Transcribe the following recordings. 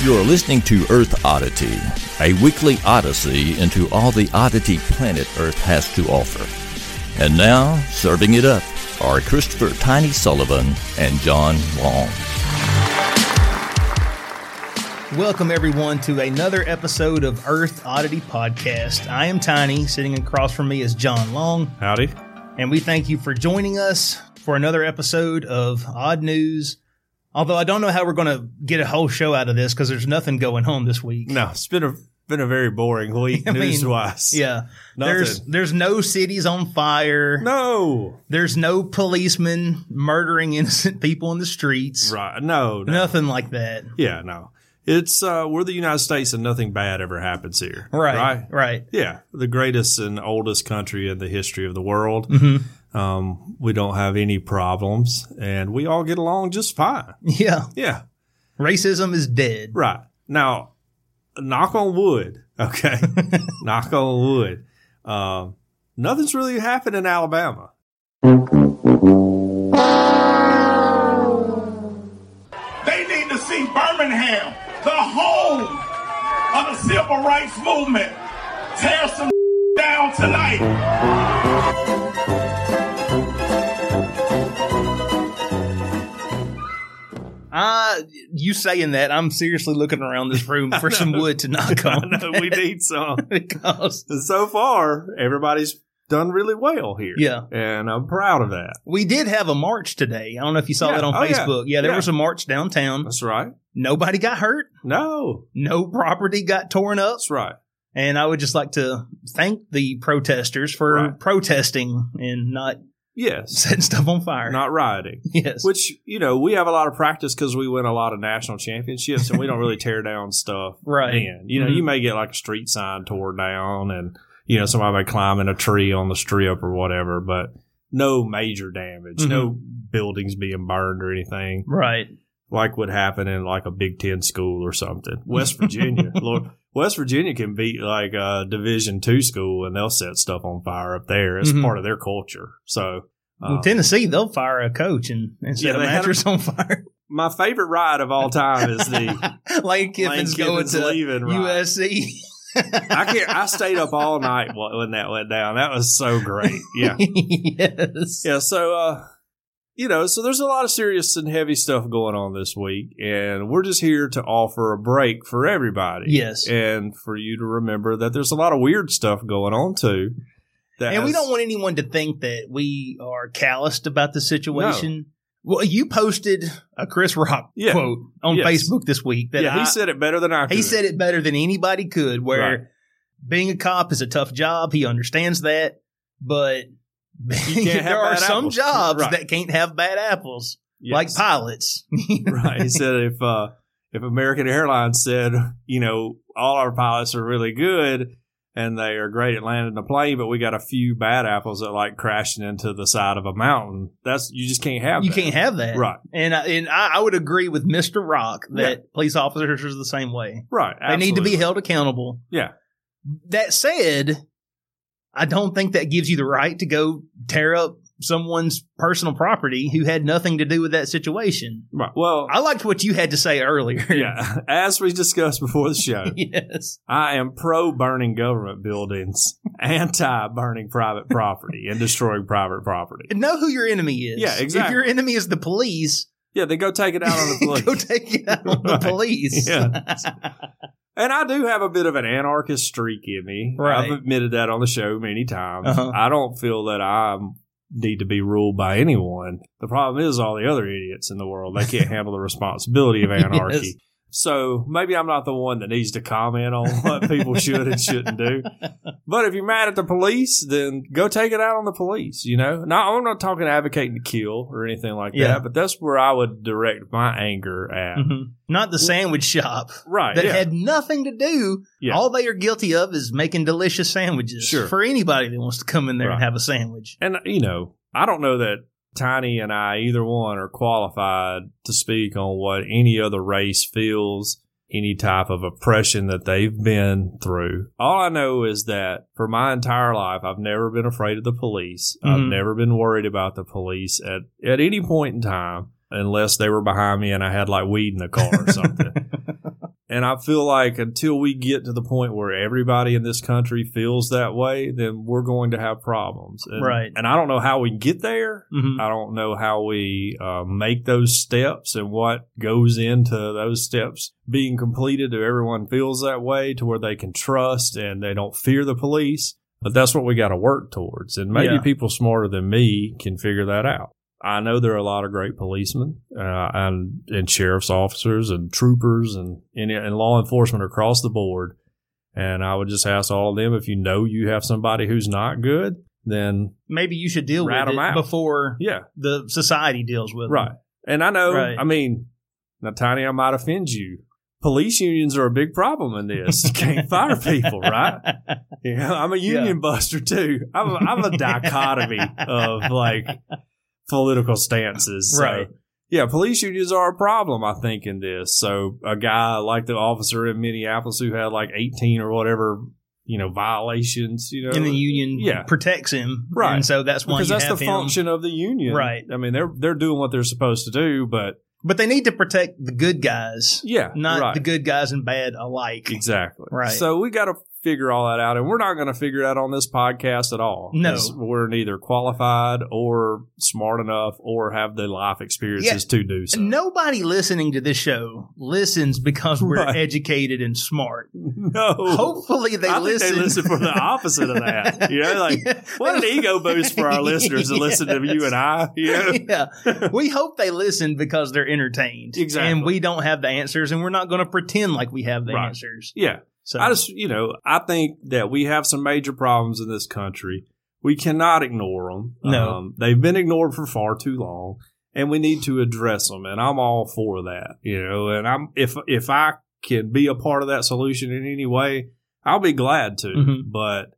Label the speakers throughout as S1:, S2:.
S1: You're listening to Earth Oddity, a weekly odyssey into all the oddity planet Earth has to offer. And now, serving it up are Christopher Tiny Sullivan and John Long.
S2: Welcome, everyone, to another episode of Earth Oddity Podcast. I am Tiny. Sitting across from me is John Long,
S3: Howdy.
S2: and we thank you for joining us for another episode of Odd News. Although I don't know how we're going to get a whole show out of this because there's nothing going on this week.
S3: No, it's been a been a very boring week
S2: I mean,
S3: news wise.
S2: Yeah.
S3: Nothing.
S2: There's there's no cities on fire.
S3: No.
S2: There's no policemen murdering innocent people in the streets.
S3: Right. No. no.
S2: Nothing like that.
S3: Yeah. No. It's uh we're the United States and nothing bad ever happens here.
S2: Right.
S3: Right.
S2: Right.
S3: Yeah. The greatest and oldest country in the history of the world.
S2: Mhm.
S3: Um, we don't have any problems and we all get along just fine.
S2: Yeah.
S3: Yeah.
S2: Racism is dead.
S3: Right. Now, knock on wood. Okay. knock on wood. Um, nothing's really happened in Alabama.
S4: They need to see Birmingham, the home of the civil rights movement, tear some down tonight.
S2: I, Uh, you saying that, I'm seriously looking around this room for some wood to knock
S3: I
S2: on.
S3: know we need some.
S2: because
S3: And so far, everybody's done really well here.
S2: Yeah.
S3: And I'm proud of that.
S2: we did have a march today. I don't know if you saw
S3: Yeah.
S2: that on
S3: Oh, yeah.
S2: Facebook. Yeah, there
S3: Yeah.
S2: was a march downtown.
S3: That's right.
S2: Nobody got hurt.
S3: No,
S2: No property got torn up.
S3: that's right.
S2: And I would just like to thank the protesters for
S3: Right.
S2: protesting and not
S3: Yes.
S2: setting stuff on fire.
S3: Not rioting.
S2: yes.
S3: Which, you know, we have a lot of practice because we win a lot of national championships and we don't really tear down stuff.
S2: Right. Mm-hmm.
S3: And, you know, you may get like a street sign torn down and, you know, somebody may climb in a tree on the strip or whatever, but no major damage,
S2: Mm-hmm.
S3: no buildings being burned or anything.
S2: right.
S3: like would happen in like a Big Ten school or something. West Virginia, Lord, West Virginia can beat like a Division two school, and they'll set stuff on fire up there. It's
S2: Mhm.
S3: part of their culture. So,
S2: in
S3: uh,
S2: Tennessee, they'll fire a coach and, and set
S3: Yeah,
S2: a
S3: they had
S2: mattress on fire.
S3: my favorite ride of all time is the.
S2: Lane Kiffin's going
S3: Kiffin's
S2: to
S3: leaving, right.
S2: USC.
S3: I can't. I stayed up all night wh- when that went down. That was so great. Yeah,
S2: yes.
S3: yeah. So, uh, you know, so there's a lot of serious and heavy stuff going on this week, and we're just here to offer a break for everybody.
S2: Yes.
S3: and for you to remember that there's a lot of weird stuff going on too. That
S2: And we
S3: has-
S2: don't want anyone to think that we are calloused about the situation. Well, you posted a Chris Rock
S3: Yeah.
S2: quote on
S3: Yes.
S2: Facebook this week that
S3: Yeah,
S2: I-
S3: he said it better than I. Could.
S2: he said it better than anybody could. Where
S3: Right.
S2: being a cop is a tough job, he understands that, but
S3: have
S2: there are
S3: bad
S2: some
S3: apples.
S2: jobs
S3: Right.
S2: that can't have bad apples,
S3: Yes.
S2: like pilots.
S3: right. He said if uh, if American Airlines said you know all our pilots are really good and they are great at landing the plane, but we got a few bad apples that like crashing into the side of a mountain. That's you just can't have.
S2: you
S3: that.
S2: can't have that,
S3: Right.
S2: And I, and I, I would agree with Mister Rock that police officers are the same way.
S3: Right.
S2: They need to be
S3: absolutely.
S2: held accountable.
S3: Yeah.
S2: That said, I don't think that gives you the right to go tear up someone's personal property who had nothing to do with that situation.
S3: Right. Well.
S2: I liked what you had to say earlier.
S3: yeah, as we discussed before the show,
S2: yes.
S3: I am pro burning government buildings, anti burning private property, and destroying private property.
S2: And know who your enemy is.
S3: Yeah,
S2: If
S3: exactly.
S2: your enemy is the police,
S3: Yeah, they go take it out on the police.
S2: go take it out on
S3: Right.
S2: the police.
S3: Yeah. and I do have a bit of an anarchist streak in me.
S2: Right.
S3: I've admitted that on the show many times.
S2: Uh-huh.
S3: I don't feel that I need to be ruled by anyone. The problem is all the other idiots in the world. They can't handle the responsibility of anarchy. So maybe I'm not the one that needs to comment on what people should and shouldn't do. But if you're mad at the police, then go take it out on the police. You know, now I'm not talking advocating to kill or anything like
S2: Yeah.
S3: that, but that's where I would direct my anger at.
S2: Mhm. Not the sandwich shop
S3: Right.
S2: that
S3: yeah.
S2: had nothing to do.
S3: Yeah.
S2: All they are guilty of is making delicious sandwiches
S3: Sure.
S2: for anybody that wants to come in there and
S3: Right.
S2: have a sandwich.
S3: and uh, you know, I don't know that Tiny and I, either one, are qualified to speak on what any other race feels, any type of oppression that they've been through. All I know is that for my entire life, I've never been afraid of the police. I've
S2: Mhm.
S3: never been worried about the police at, at any point in time, unless they were behind me and I had like weed in the car or something. And I feel like until we get to the point where everybody in this country feels that way, then we're going to have problems. And,
S2: Right.
S3: And I don't know how we get there.
S2: Mhm.
S3: Mm-hmm. I don't know how we uh, make those steps and what goes into those steps being completed. If everyone feels that way to where they can trust and they don't fear the police, but that's what we got to work towards. And maybe
S2: Yeah.
S3: people smarter than me can figure that out. I know there are a lot of great policemen uh, and and sheriff's officers and troopers and, and and law enforcement across the board. And I would just ask all of them if you know you have somebody who's not good, then
S2: Maybe you should deal
S3: Rat
S2: with
S3: 'em
S2: it
S3: out.
S2: before
S3: yeah,
S2: the society deals with it.
S3: Right. And I know,
S2: Right.
S3: I mean, now, Tiny, I might offend you. Police unions are a big problem in this. You can't fire people, right? Yeah, I'm a union buster too. I'm a, I'm a dichotomy of like political stances. So,
S2: Right.
S3: Yeah, police unions are a problem, I think, in this. So a guy like the officer in Minneapolis who had like 18 or whatever, you know, violations, you know,
S2: And the union
S3: Yeah.
S2: protects him.
S3: Right.
S2: And so that's why
S3: because
S2: you
S3: that's the
S2: have him.
S3: function of the union,
S2: Right.
S3: I mean, they're they're doing what they're supposed to do, but
S2: But they need to protect the good guys,
S3: yeah,
S2: not
S3: right.
S2: the good guys and bad alike.
S3: Exactly.
S2: Right.
S3: So we got to figure all that out, and we're not going to figure it out on this podcast at all.
S2: No.
S3: 'cause we're neither qualified or smart enough or have the life experiences to do so.
S2: Nobody listening to this show listens because we're
S3: Right.
S2: educated and smart.
S3: No.
S2: Hopefully they
S3: I think
S2: listen.
S3: they listen for the opposite of that. You know, like
S2: Yeah.
S3: what an ego boost for our listeners to listen to you and I. You know?
S2: yeah. We hope they listen because they're entertained.
S3: Exactly.
S2: And we don't have the answers and we're not going to pretend like we have the
S3: Right.
S2: answers.
S3: Yeah.
S2: So
S3: I just, you know, I think that we have some major problems in this country. We cannot ignore them.
S2: No.
S3: Um, they've been ignored for far too long, and we need to address them. And I'm all for that, you know. And I'm if if I can be a part of that solution in any way, I'll be glad to.
S2: Mhm.
S3: But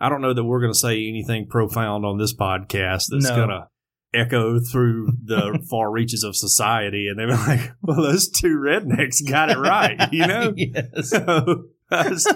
S3: I don't know that we're going to say anything profound on this podcast that's
S2: No.
S3: going to echo through the far reaches of society, and they're like, "Well, those two rednecks got it right," you know.
S2: yes.
S3: So I just,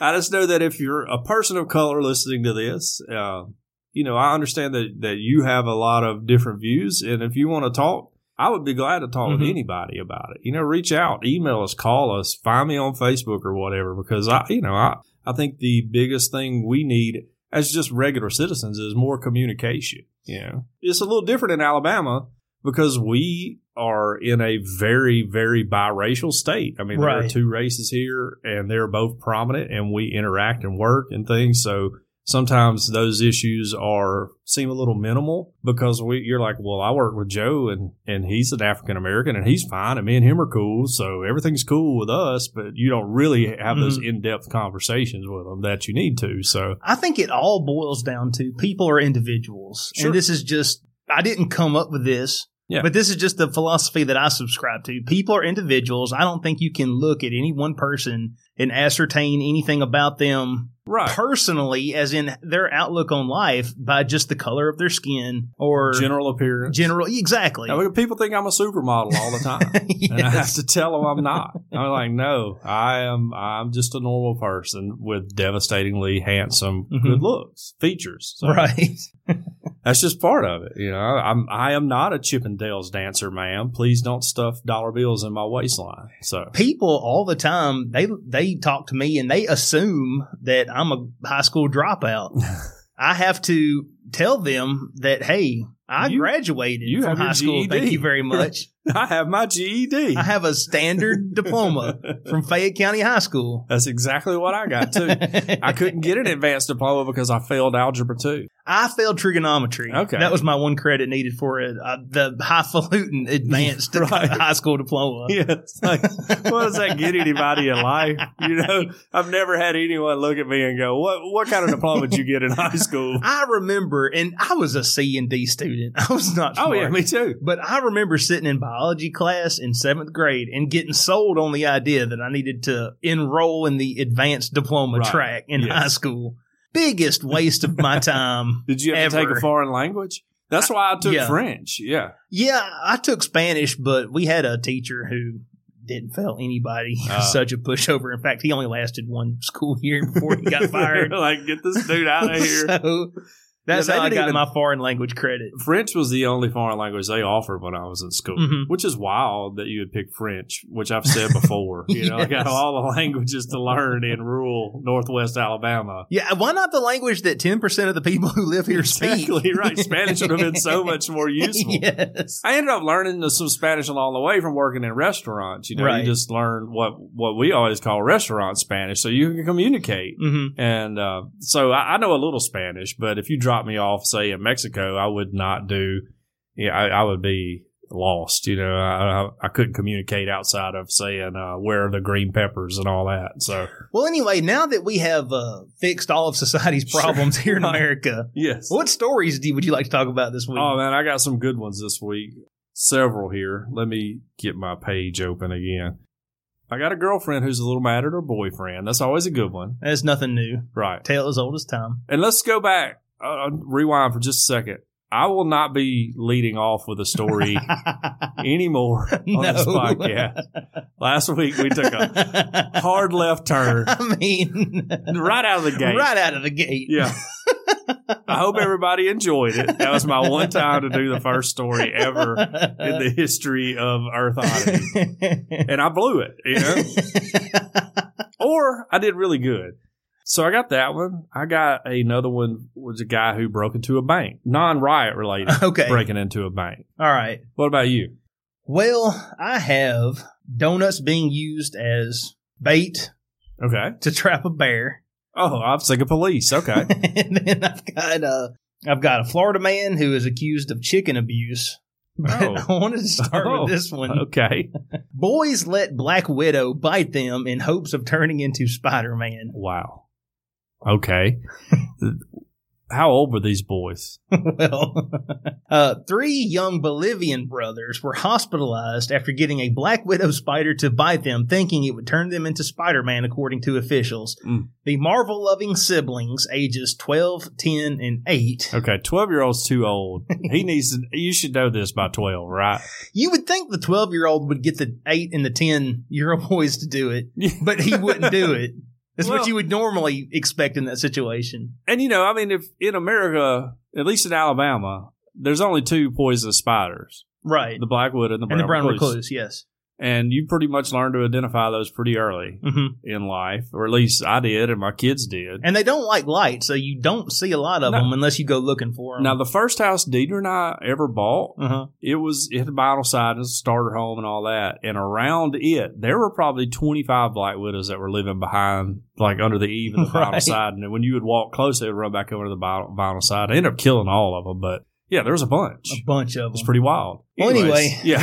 S3: I just know that if you're a person of color listening to this, uh, you know, I understand that, that you have a lot of different views. And if you want to talk, I would be glad to talk with
S2: Mhm.
S3: anybody about it. You know, reach out, email us, call us, find me on Facebook or whatever, because I, you know, I, I think the biggest thing we need as just regular citizens is more communication. You know, it's a little different in Alabama because we are in a very, very biracial state. I mean, there are
S2: Right.
S3: two races here and they're both prominent and we interact and work and things. So sometimes those issues are seem a little minimal because we you're like, well, I work with Joe and, and he's an African American and he's fine and me and him are cool. So everything's cool with us, but you don't really have those
S2: Mhm.
S3: in-depth conversations with them that you need to. So
S2: I think it all boils down to people are individuals.
S3: Sure.
S2: And this is just, I didn't come up with this,
S3: Yeah.
S2: but this is just the philosophy that I subscribe to. People are individuals. I don't think you can look at any one person and ascertain anything about them
S3: right.
S2: personally, as in their outlook on life, by just the color of their skin or
S3: General appearance.
S2: general- exactly.
S3: I mean, people think I'm a supermodel all the time.
S2: Yes.
S3: And I have to tell them I'm not. I'm like, no, I am. I'm just a normal person with devastatingly handsome,
S2: Mhm.
S3: good looks, features. So
S2: right.
S3: That's just part of it. You know, I'm. I am not a Chippendales dancer, ma'am. Please don't stuff dollar bills in my waistline. So
S2: People all the time they they talk to me and they assume that I'm a high school dropout. I have to tell them that, hey, I
S3: You-
S2: graduated
S3: you
S2: from
S3: have your E
S2: high school.
S3: GED.
S2: Thank you very much.
S3: I have my E GED.
S2: I have a standard diploma from Fayette County High School.
S3: That's exactly what I got too. I couldn't get an advanced diploma because I failed algebra too.
S2: I failed trigonometry.
S3: Okay.
S2: That was my one credit needed for it. Uh, the highfalutin advanced
S3: Right.
S2: high school diploma.
S3: Yeah, it's like, what does that get anybody in life? You know, I've never had anyone look at me and go, "What what kind of diploma did you get in high school?"
S2: I remember, and I was a C and D student. I was not smart.
S3: Oh yeah, me too.
S2: But I remember sitting in biology class in seventh grade and getting sold on the idea that I needed to enroll in the advanced diploma
S3: Right.
S2: track in
S3: Yes.
S2: high school. Biggest waste of my time.
S3: Did you have to take
S2: Ever.
S3: a foreign language? That's why I took
S2: yeah.
S3: French. Yeah.
S2: yeah, I took Spanish, but we had a teacher who didn't fail anybody.
S3: Ah.
S2: Such a pushover. In fact, he only lasted one school year before he got fired.
S3: like, get this dude out of here.
S2: So that's
S3: Yeah, they
S2: how I
S3: didn't
S2: got
S3: even-
S2: my foreign language credit.
S3: French was the only foreign language they offered when I was in school,
S2: Mhm.
S3: which is wild that you would pick French, which I've said before. You know, I
S2: Yes.
S3: got all the languages to learn in rural Northwest Alabama.
S2: Yeah, why not the language that 10% of the people who live here speak?
S3: Exactly right. Spanish would have been so much more useful.
S2: yes.
S3: I ended up learning some Spanish along the way from working in restaurants. You know,
S2: Right.
S3: you just learn what what we always call restaurant Spanish, so you can communicate.
S2: hmm
S3: And uh, so I, I know a little Spanish, but if you drop me off, say in Mexico, I would not do. Yeah, I, I would be lost. You know, I, I, I couldn't communicate outside of saying uh, where are the green peppers and all that. So
S2: Well, anyway, now that we have uh, fixed all of society's
S3: Sure.
S2: problems here in
S3: Right.
S2: America,
S3: yes.
S2: what stories do, would you like to talk about this week?
S3: Oh man, I got some good ones this week. Several here. Let me get my page open again. I got a girlfriend who's a little mad at her boyfriend. That's always a good one,
S2: That's nothing new.
S3: right?
S2: Tale as old as time.
S3: And let's go back, uh, rewind for just a second. I will not be leading off with a story anymore on Oh, this
S2: No.
S3: podcast. Last week we took a hard left turn
S2: I mean,
S3: right out of the gate.
S2: right out of the gate.
S3: Yeah. I hope everybody enjoyed it. That was my one time to do the first story ever
S2: Uh,
S3: in the history of Earth Oddity. And I blew it, you know? or I did really good. So I got that one. I got another one was a guy who broke into a bank, non riot related,
S2: okay.
S3: breaking into a bank.
S2: All right.
S3: What about you?
S2: Well, I have donuts being used as bait
S3: Okay.
S2: to trap a bear.
S3: Oh, I'm sick of police. Okay.
S2: and then I've got uh, I've got a Florida man who is accused of chicken abuse. But
S3: Oh.
S2: I wanted to start
S3: Oh.
S2: with this one.
S3: okay.
S2: Boys let Black Widow bite them in hopes of turning into Spider Man.
S3: Wow. Okay. How old were these boys?
S2: well, uh, three young Bolivian brothers were hospitalized after getting a Black Widow spider to bite them, thinking it would turn them into Spider Man, according to officials.
S3: Mm.
S2: The Marvel loving siblings, ages 12, 10, and 8,
S3: Okay, twelve year old's too old. He needs. To, you should know this by twelve, right?
S2: You would think the 12 year old would get the 8 and the 10 year old boys to do it, but he wouldn't do it. That's
S3: Well-
S2: what you would normally expect in that situation.
S3: And you know, I mean, if in America, at least in Alabama, there's only two poisonous spiders:
S2: Right.
S3: the black widow and the brown,
S2: and the brown
S3: recluse.
S2: recluse, yes.
S3: And you pretty much learn to identify those pretty early
S2: hmm
S3: in life, or at least I did, and my kids did.
S2: And they don't like light, so you don't see a lot of
S3: No.
S2: them unless you go looking for them.
S3: Now, the first house Deidre and I ever bought,
S2: uh-huh.
S3: it was it had a vinyl side, it was a starter home, and all that. And around it, there were probably twenty five black widows that were living behind, like under the eave of the vinyl
S2: Right.
S3: side. And when you would walk close, they would run back over to the vinyl, vinyl side. I ended up killing all of them, but yeah, there was a bunch.
S2: A bunch of
S3: It's
S2: them.
S3: pretty wild.
S2: Well, anyway.
S3: yeah,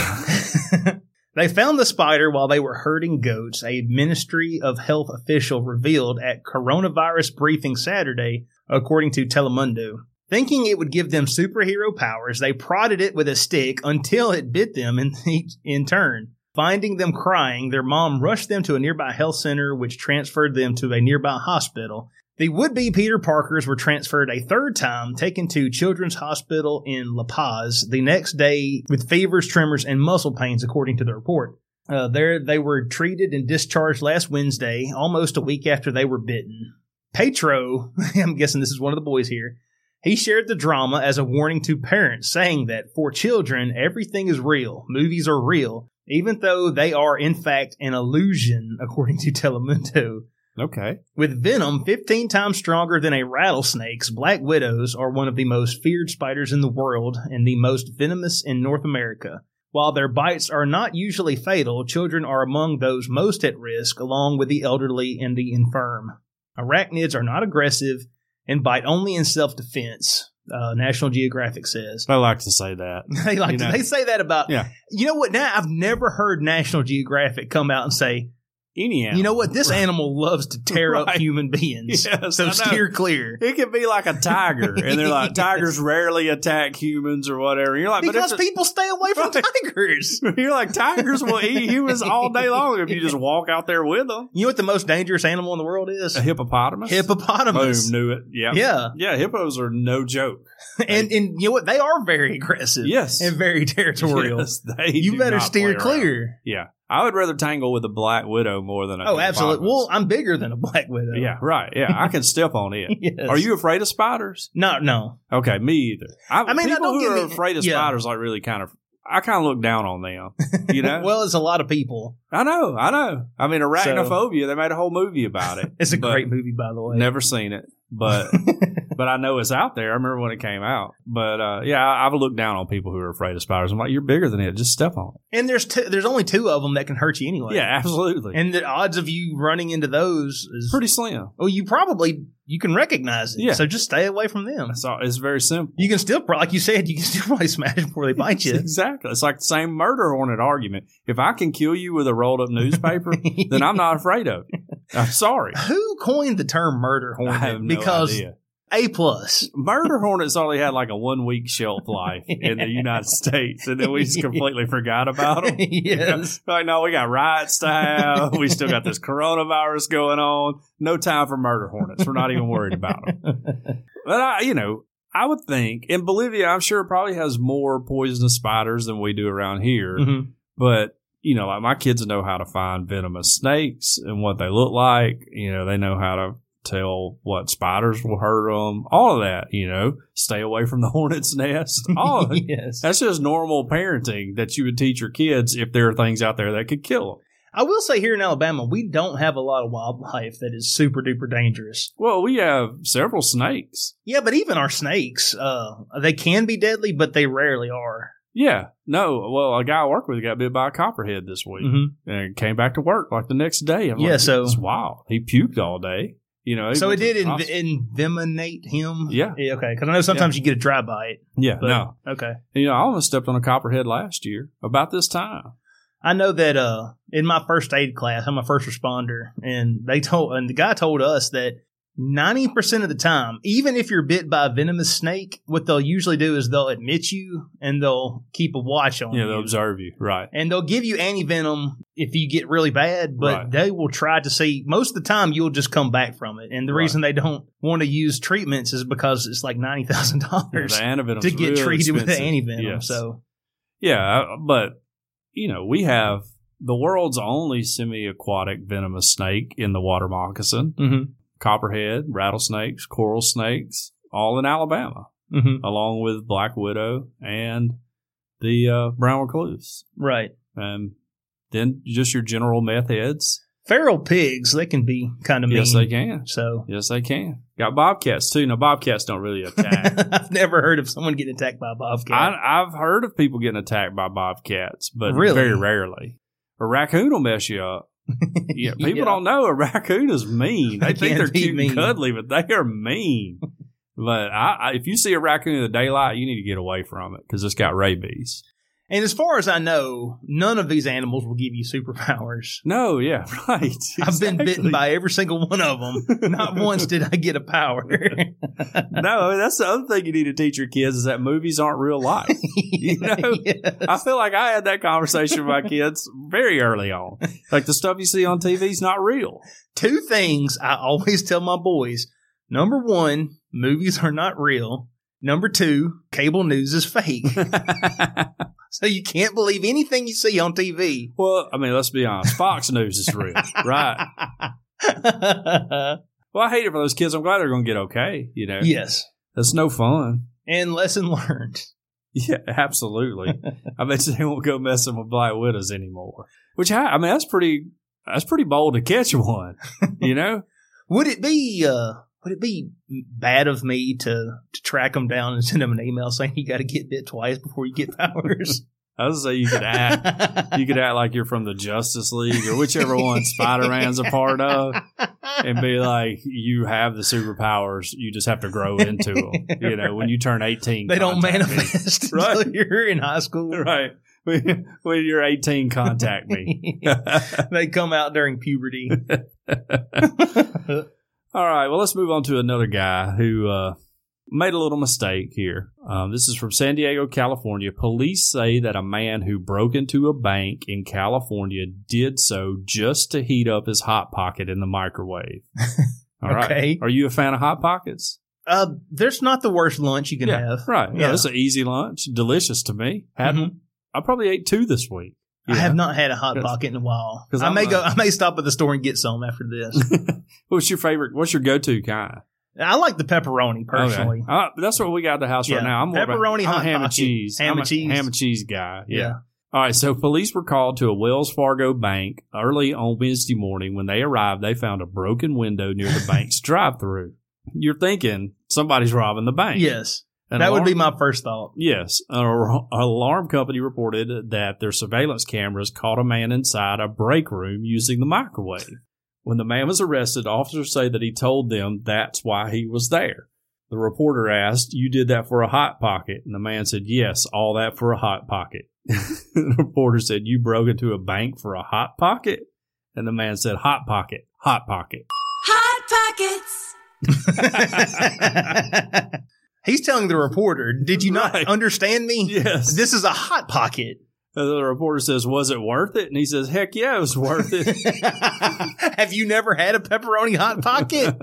S2: they found the spider while they were herding goats, a Ministry of Health official revealed at coronavirus briefing Saturday, according to Telemundo. Thinking it would give them superhero powers, they prodded it with a stick until it bit them in, in turn. Finding them crying, their mom rushed them to a nearby health center, which transferred them to a nearby hospital. The would be Peter Parkers were transferred a third time, taken to Children's Hospital in La Paz the next day with fevers, tremors, and muscle pains, according to the report. Uh, there, they were treated and discharged last Wednesday, almost a week after they were bitten. Petro, I'm guessing this is one of the boys here, he shared the drama as a warning to parents, saying that for children, everything is real. Movies are real, even though they are, in fact, an illusion, according to Telemundo.
S3: Okay.
S2: With venom 15 times stronger than a rattlesnake's, black widows are one of the most feared spiders in the world and the most venomous in North America. While their bites are not usually fatal, children are among those most at risk, along with the elderly and the infirm. Arachnids are not aggressive and bite only in self defense, uh, National Geographic says.
S3: I like to say that.
S2: They like
S3: You
S2: to-
S3: know.
S2: they say that about
S3: Yeah.
S2: you know what now I've never heard National Geographic come out and say
S3: Any animal.
S2: you know what this animal loves to tear up
S3: Right.
S2: human beings
S3: Yes, I
S2: so
S3: know.
S2: steer clear
S3: It could be like a tiger, and they're like,
S2: Yes.
S3: tigers rarely attack humans or whatever. You're like,
S2: because
S3: but it's
S2: people stay away from
S3: Right.
S2: tigers
S3: a- you're like, tigers will eat humans all day long if you just walk out there with them.
S2: you know what the most dangerous animal in the world is
S3: A hippopotamus.
S2: hippopotamus
S3: Boom, knew it. Yeah.
S2: yeah
S3: Yeah, hippos are no joke.
S2: and and you know what they are very aggressive
S3: Yes.
S2: and very territorial
S3: Yes, they
S2: you
S3: do
S2: better
S3: not play
S2: steer
S3: around.
S2: clear
S3: Yeah. I would rather tangle with a black widow more than a
S2: oh absolutely well
S3: hippopotamus.
S2: I'm bigger than a black widow
S3: Yeah, right. Yeah, I can step on it.
S2: Yes.
S3: Are you afraid of spiders?
S2: no no
S3: Okay, me either. I,
S2: I mean, I
S3: people
S2: don't
S3: who
S2: get
S3: are
S2: me-
S3: afraid of
S2: yeah.
S3: spiders, like really kind of, I kind of look down on them. You know,
S2: well it's a lot of people
S3: I know, I know. I mean, arachnophobia. they made a whole movie about it.
S2: it's a
S3: But-
S2: great movie by the way
S3: Never seen it, but but I know it's out there. I remember when it came out. But uh, yeah, I, I've looked down on people who are afraid of spiders. I'm like, you're bigger than it. Just step on it.
S2: And there's two, there's only two of them that can hurt you anyway.
S3: yeah, absolutely.
S2: And the odds of you running into those is
S3: pretty slim.
S2: Well, you probably you can recognize it.
S3: Yeah.
S2: So just stay away from them.
S3: So it's very simple.
S2: You can still, pro- like you said, you can still probably smash them before they bite you.
S3: Exactly. It's like the same murder hornet argument. If I can kill you with a rolled up newspaper, then I'm not afraid of it. I'm sorry.
S2: Who coined the term murder
S3: I
S2: hornet?
S3: have no
S2: because
S3: idea.
S2: a plus.
S3: murder hornets only had like a one week shelf life in the United States, and then we just completely forgot about them.
S2: yes.
S3: Like, no, we got riot style. we still got this coronavirus going on. No time for murder hornets. We're not even worried about them. But I, you know, I would think in Bolivia, I'm sure it probably has more poisonous spiders than we do around here.
S2: Mhm.
S3: But you know, like my kids know how to find venomous snakes and what they look like. You know, they know how to tell what spiders will hurt them. All of that. You know, stay away from the hornet's nest. All of it.
S2: yes.
S3: That's just normal parenting that you would teach your kids if there are things out there that could kill them.
S2: I will say here in Alabama, we don't have a lot of wildlife that is super duper dangerous.
S3: Well, we have several snakes.
S2: Yeah, but even our snakes, uh, they can be deadly, but they rarely are.
S3: Yeah. No. Well, a guy I work with got bit by a copperhead this week
S2: Mhm.
S3: and came back to work like the next day. I'm
S2: Yeah,
S3: like,
S2: so-
S3: it's wild. He puked all day. You know. he
S2: So it
S3: went to
S2: did
S3: the
S2: inv-
S3: hospital.
S2: envenomate him.
S3: Yeah.
S2: okay. Because I know sometimes you get a dry bite.
S3: yeah.
S2: But,
S3: no.
S2: Okay.
S3: You know, I almost stepped on a copperhead last year about this time.
S2: I know that uh, in my first aid class, I'm a first responder, and they told and the guy told us that. 90% of the time, even if you're bit by a venomous snake, what they'll usually do is they'll admit you and they'll keep a watch on
S3: You know,
S2: you.
S3: they observe you. Right.
S2: and they'll give you antivenom if you get really bad, but
S3: Right.
S2: they will try to see. Most of the time, you'll just come back from it. And the
S3: Right.
S2: reason they don't want to use treatments is because it's like $90,000.
S3: Yeah, the antivenom's
S2: to get
S3: real
S2: treated with
S3: expensive.
S2: antivenom.
S3: Yes.
S2: So
S3: Yeah, uh, but you know, we have the world's only semi-aquatic venomous snake in the water moccasin,
S2: Mhm.
S3: copperhead, rattlesnakes, coral snakes, all in Alabama,
S2: mm-hmm,
S3: along with black widow and the uh, brown recluse,
S2: right,
S3: and then just your general meth heads.
S2: feral pigs they can be kind of mean.
S3: Yes, they can.
S2: So
S3: Yes, they can. Got bobcats too. Now bobcats don't really attack.
S2: I've never heard of someone getting attacked by a bobcat.
S3: I, I've heard of people getting attacked by bobcats, but
S2: Really?
S3: very rarely. A raccoon will mess you up. Yeah, people
S2: Yeah.
S3: don't know a raccoon is mean.
S2: They
S3: They, think
S2: can
S3: they're
S2: be
S3: cute
S2: mean.
S3: and cuddly, but they are mean. but I, I, if you see a raccoon in the daylight, you need to get away from it because it's got rabies.
S2: and as far as I know, none of these animals will give you superpowers.
S3: No, yeah, right.
S2: I've been bitten
S3: Exactly.
S2: by every single one of them. Not once did I get a power.
S3: no, I mean, that's the other thing you need to teach your kids is that movies aren't real life. You know?
S2: Yeah.
S3: I feel like I had that conversation with my kids very early on. Like the stuff you see on TV is not real.
S2: Two things I always tell my boys. Number one, movies are not real. Number two, cable news is fake. so you can't believe anything you see on TV.
S3: Well, I mean, let's be honest. Fox News is real, right? Well, I hate it for those kids. I'm glad they're going to get okay. You know,
S2: yes.
S3: that's no fun.
S2: And lesson learned.
S3: Yeah, absolutely. I bet you they won't go messing with black widows anymore. Which I, I mean, that's pretty. That's pretty bold to catch one, you know?
S2: Would it be uh, would it be bad of me to, to track them down and send them an email saying you got to get bit twice before you get powers?
S3: I was say you could act, you could act like you're from the Justice League or whichever one Spider Man's a part of, and be like, you have the superpowers. You just have to grow into them. You know, when you turn eighteen,
S2: they don't
S3: contact me.
S2: manifest
S3: Right.
S2: until you're in high school.
S3: Right. When when you're 18, contact me.
S2: they come out during puberty.
S3: All right. Well, let's move on to another guy who uh, made a little mistake here. Um, this is from San Diego, California. Police say that a man who broke into a bank in California did so just to heat up his Hot Pocket in the microwave. All right.
S2: Okay.
S3: Are you a fan of Hot Pockets?
S2: Uh, there's not the worst lunch you can
S3: yeah.
S2: have.
S3: Right. Yeah.
S2: Yeah.
S3: That's an easy lunch. Delicious to me. Had
S2: Mhm.
S3: one. I probably ate two this week.
S2: I
S3: Yeah.
S2: have not had a hot
S3: 'Cause-
S2: pocket in a while.
S3: 'cause
S2: I
S3: I'm
S2: may
S3: a-
S2: go. I may stop at the store and get some after this.
S3: What's your favorite? What's your go-to kind?
S2: I like the
S3: Oh,
S2: pepperoni personally.
S3: Okay. Uh, that's what we got at the house right
S2: Yeah.
S3: now. I'm more of a-
S2: Pepperoni,
S3: I'm a
S2: hot
S3: ham and
S2: pocket,
S3: cheese.
S2: ham
S3: I'm
S2: and
S3: a
S2: cheese.
S3: ham and cheese guy. Yeah. All right. So police were called to a Wells Fargo bank early on Wednesday morning. When they arrived, they found a broken window near the bank's drive-through. You're thinking somebody's robbing the bank.
S2: Yes,
S3: An
S2: that would be
S3: alarm-
S2: my first thought.
S3: Yes, an ar- alarm company reported that their surveillance cameras caught a man inside a break room using the microwave. When the man was arrested, officers say that he told them that's why he was there. The reporter asked, "You did that for a hot pocket?" And the man said, "Yes, all that for a hot pocket." the reporter said, "You broke into a bank for a hot pocket?" And the man said, "Hot pocket, hot pocket."
S5: Hot Pockets!
S2: He's telling the reporter, "Did you not
S3: Right.
S2: understand me?
S3: Yes.
S2: This is a hot pocket."
S3: And the reporter says, "Was it worth it?" And he says, "Heck yeah, it was worth it."
S2: have you never had a pepperoni hot pocket?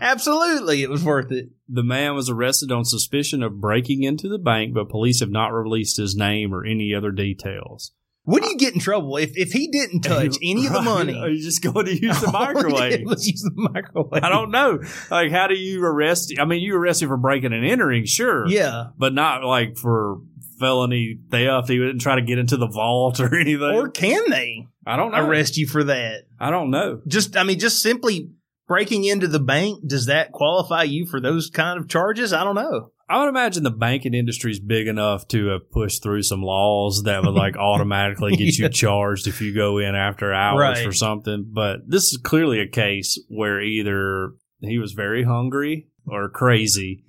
S2: Absolutely, it was worth it.
S3: The man was arrested on suspicion of breaking into the bank, but police have not released his name or any other details.
S2: Wouldn't you get in trouble if if he didn't touch any of the
S3: Right. Are
S2: money? Oh,
S3: you just going to use the
S2: All he did
S3: microwave?
S2: was use the microwave.
S3: I don't know. Like, how do you arrest? I mean, you arrest him for breaking and entering, sure,
S2: Yeah.
S3: but not like for felony theft. He didn't try to get into the vault or anything.
S2: Or can they
S3: I don't know.
S2: arrest you for that?
S3: I don't know.
S2: Just, I mean, just simply breaking into the bank, does that qualify you for those kind of charges? I don't know.
S3: I would imagine the banking industry is big enough to have pushed through some laws that would like automatically get you charged if you go in after hours
S2: Right.
S3: for something. But this is clearly a case where either he was very hungry or crazy,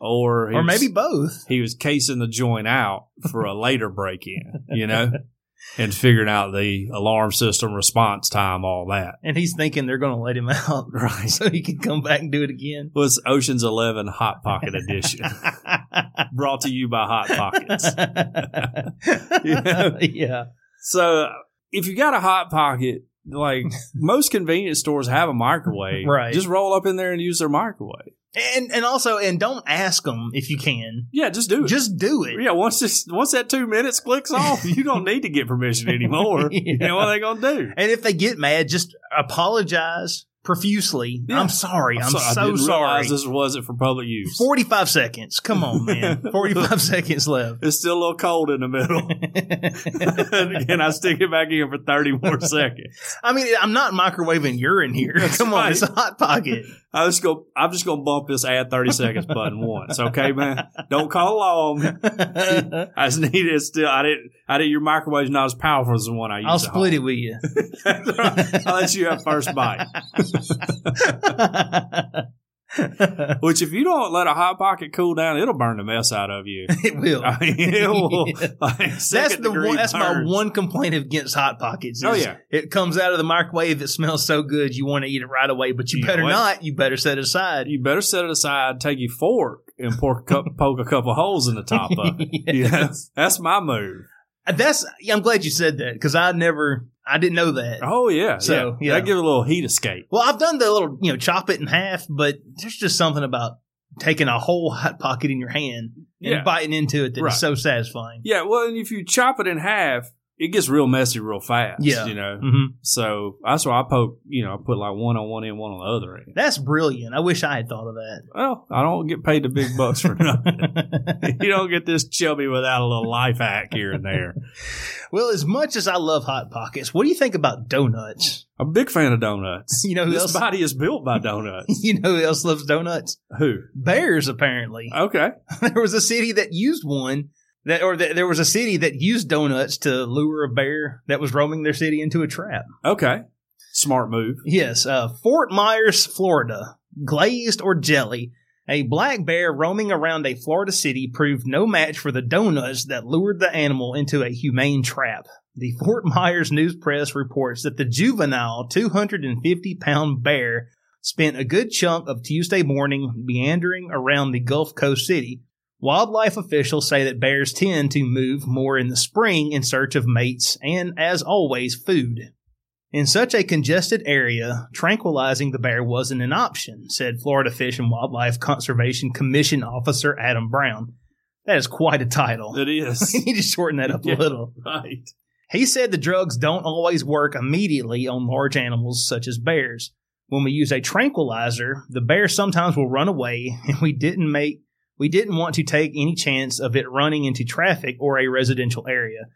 S3: or he
S2: Or
S3: was-
S2: maybe both.
S3: he was casing the joint out for a later break in, you know, and figuring out the alarm system response time, all that.
S2: And he's thinking they're going to let him out. Right. So he can come back and do it again.
S3: Well, it's Ocean's Eleven Hot Pocket Edition, brought to you by Hot Pockets.
S2: yeah.
S3: Yeah. So if you got a hot pocket, like most convenience stores have a microwave,
S2: Right.
S3: Just roll up in there and use their microwave.
S2: And, and also, and don't ask them if you can.
S3: Yeah, just do it.
S2: Just do it.
S3: yeah, once this once that two minutes clicks off, you don't need to get permission anymore. You know what they gonna do?
S2: And if they get mad, just apologize profusely.
S3: Yeah.
S2: I'm sorry. I'm,
S3: so- I
S2: so
S3: didn't realize
S2: sorry.
S3: This wasn't for public use.
S2: 45 seconds. Come on, man. 45 seconds left.
S3: it's still a little cold in the middle. and I stick it back in for thirty more seconds.
S2: I mean, I'm not microwaving urine here. Come on,
S3: right.
S2: it's a hot pocket.
S3: I just go. I'm just gonna bump this add thirty seconds button once. Okay, man. Don't call long. I just need it still. I didn't. I didn't. Your microwave's not as powerful as the one I use.
S2: I'll split it with you.
S3: it. I'll let you have first bite. Which, if you don't let a hot pocket cool down, it'll burn the mess out of you.
S2: it will.
S3: I mean, it will. Like,
S2: That's
S3: second
S2: the
S3: degree
S2: one, that's my
S3: burns.
S2: one complaint against hot pockets. is
S3: Oh, yeah.
S2: it comes out of the microwave. It smells so good, you want to eat it right away, but you,
S3: You know
S2: better
S3: what?
S2: not. You better set it aside.
S3: You better set it aside. Take your fork and pork cup, poke a couple holes in the top of it. Yeah, that's my move.
S2: That's. Yeah, I'm glad you said that because I never, I didn't know that.
S3: Oh yeah,
S2: So,
S3: yeah.
S2: yeah.
S3: That give it a little heat escape.
S2: Well, I've done the little, you know, chop it in half, but there's just something about taking a whole hot pocket in your hand and
S3: Yeah.
S2: biting into it that is
S3: Right.
S2: so satisfying.
S3: Yeah, well, and if you chop it in half, it gets real messy real fast.
S2: Yeah.
S3: You know.
S2: hmm
S3: So that's why I poke. You know, I put like one on one end, one on the other end.
S2: That's brilliant. I wish I had thought of that.
S3: Well, I don't get paid the big bucks for nothing. you don't get this chubby without a little life hack here and there.
S2: well, as much as I love Hot Pockets, what do you think about donuts?
S3: I'm a big fan of donuts.
S2: You know who
S3: this
S2: else-
S3: body is built by donuts.
S2: You know who else loves donuts?
S3: Who?
S2: Bears, apparently.
S3: Okay.
S2: there was a city that used one that, or that, there was a city that used donuts to lure a bear that was roaming their city into a trap.
S3: Okay. Smart move.
S2: Yes, uh, Fort Myers, Florida. Glazed or jelly, a black bear roaming around a Florida city proved no match for the donuts that lured the animal into a humane trap. The Fort Myers News Press reports that the juvenile 250 pound bear spent a good chunk of Tuesday morning meandering around the Gulf Coast city. Wildlife officials say that bears tend to move more in the spring in search of mates and, as always, food. In such a congested area, tranquilizing the bear wasn't an option, said Florida Fish and Wildlife Conservation Commission officer Adam Brown. That is quite a title.
S3: It
S2: We
S3: is.
S2: need to shorten that up
S3: Yeah.
S2: a little.
S3: right.
S2: He said the drugs don't always work immediately on large animals such as bears. When we use a tranquilizer, the bear sometimes will run away, and we didn't make we didn't want to take any chance of it running into traffic or a residential area.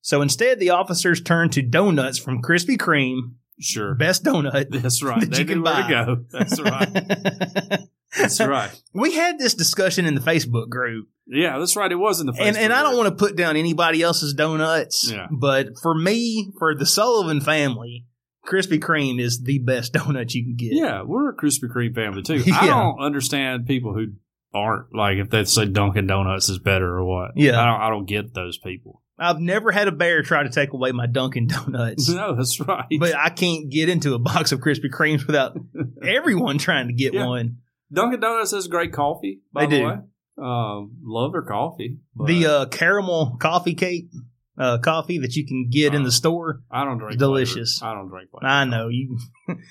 S2: So instead, the officers turned to donuts from Krispy Kreme,
S3: Sure.
S2: best donut.
S3: That's right.
S2: That
S3: they
S2: you can
S3: knew where
S2: buy.
S3: to go. That's right. that's right.
S2: we had this discussion in the Facebook group,
S3: Yeah, that's right. It was in the
S2: and and I don't
S3: Facebook.
S2: want to put down anybody else's donuts,
S3: Yeah.
S2: but for me, for the Sullivan family, Krispy Kreme is the best donut you can get.
S3: Yeah, we're a Krispy Kreme family too.
S2: Yeah.
S3: I don't understand people who aren't like if they say Dunkin' Donuts is better or what.
S2: Yeah.
S3: I don't. I don't get those people.
S2: I've never had a bear try to take away my Dunkin' Donuts.
S3: No, that's right.
S2: But I can't get into a box of Krispy Kremes without everyone trying to get
S3: Yeah.
S2: one.
S3: Dunkin' Donuts has great coffee.
S2: They
S3: By the
S2: do.
S3: Way. Um, love their coffee. But
S2: The uh, caramel coffee cake, uh, coffee that you can get in the store.
S3: I don't drink
S2: delicious.
S3: Flavor. I don't drink. Flavor.
S2: I know you.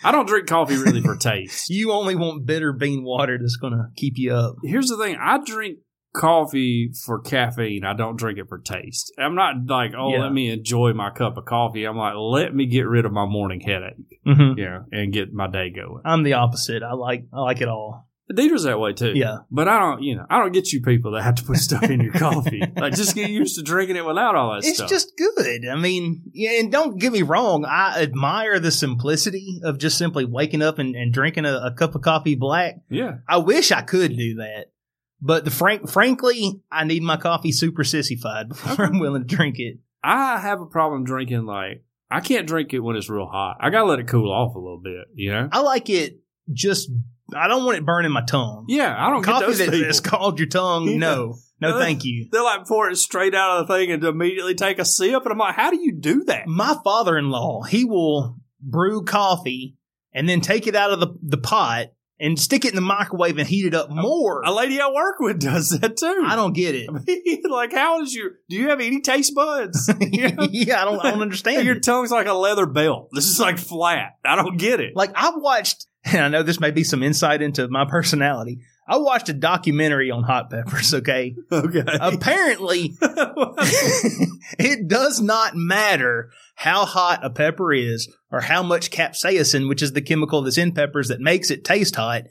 S3: I don't drink coffee really for taste.
S2: You only want bitter bean water that's going to keep you up.
S3: Here's the thing: I drink coffee for caffeine. I don't drink it for taste. I'm not like, oh,
S2: Yeah.
S3: let me enjoy my cup of coffee. I'm like, let me get rid of my morning headache.
S2: Mm-hmm.
S3: Yeah, and get my day going.
S2: I'm the opposite. I like I like it all.
S3: Dieter's that way too.
S2: Yeah.
S3: but I don't. You know, I don't get you people that have to put stuff in your coffee. Like, just get used to drinking it without all that
S2: It's
S3: stuff.
S2: just good. I mean, yeah, and don't get me wrong. I admire the simplicity of just simply waking up and, and drinking a, a cup of coffee black.
S3: yeah,
S2: I wish I could do that, but the frank, frankly, I need my coffee super sissified before I'm willing to drink it.
S3: I have a problem drinking like. I can't drink it when it's real hot. I gotta let it cool off a little bit, you know.
S2: I like it just. I don't want it burning my tongue.
S3: Yeah, I don't get
S2: coffee
S3: those
S2: that,
S3: people.
S2: that's called your tongue.
S3: Yeah. Uh,
S2: No, no,
S3: Ugh.
S2: thank you.
S3: They're like pour it straight out of the thing and immediately take a sip. And I'm like, how do you do that?
S2: my father-in-law he will brew coffee and then take it out of the, the pot and stick it in the microwave and heat it up more
S3: A lady I work with does that too.
S2: i don't get it
S3: like, how is your? Do you have any taste buds? You know?
S2: yeah i don't i don't understand
S3: Your
S2: it.
S3: tongue's like a leather belt. This is like flat. I don't get it.
S2: like i watched and i know this may be some insight into my personality i watched a documentary on hot peppers okay
S3: okay.
S2: apparently it does not matter how hot a pepper is or how much capsaicin, which is the chemical that's in peppers that makes it taste hot.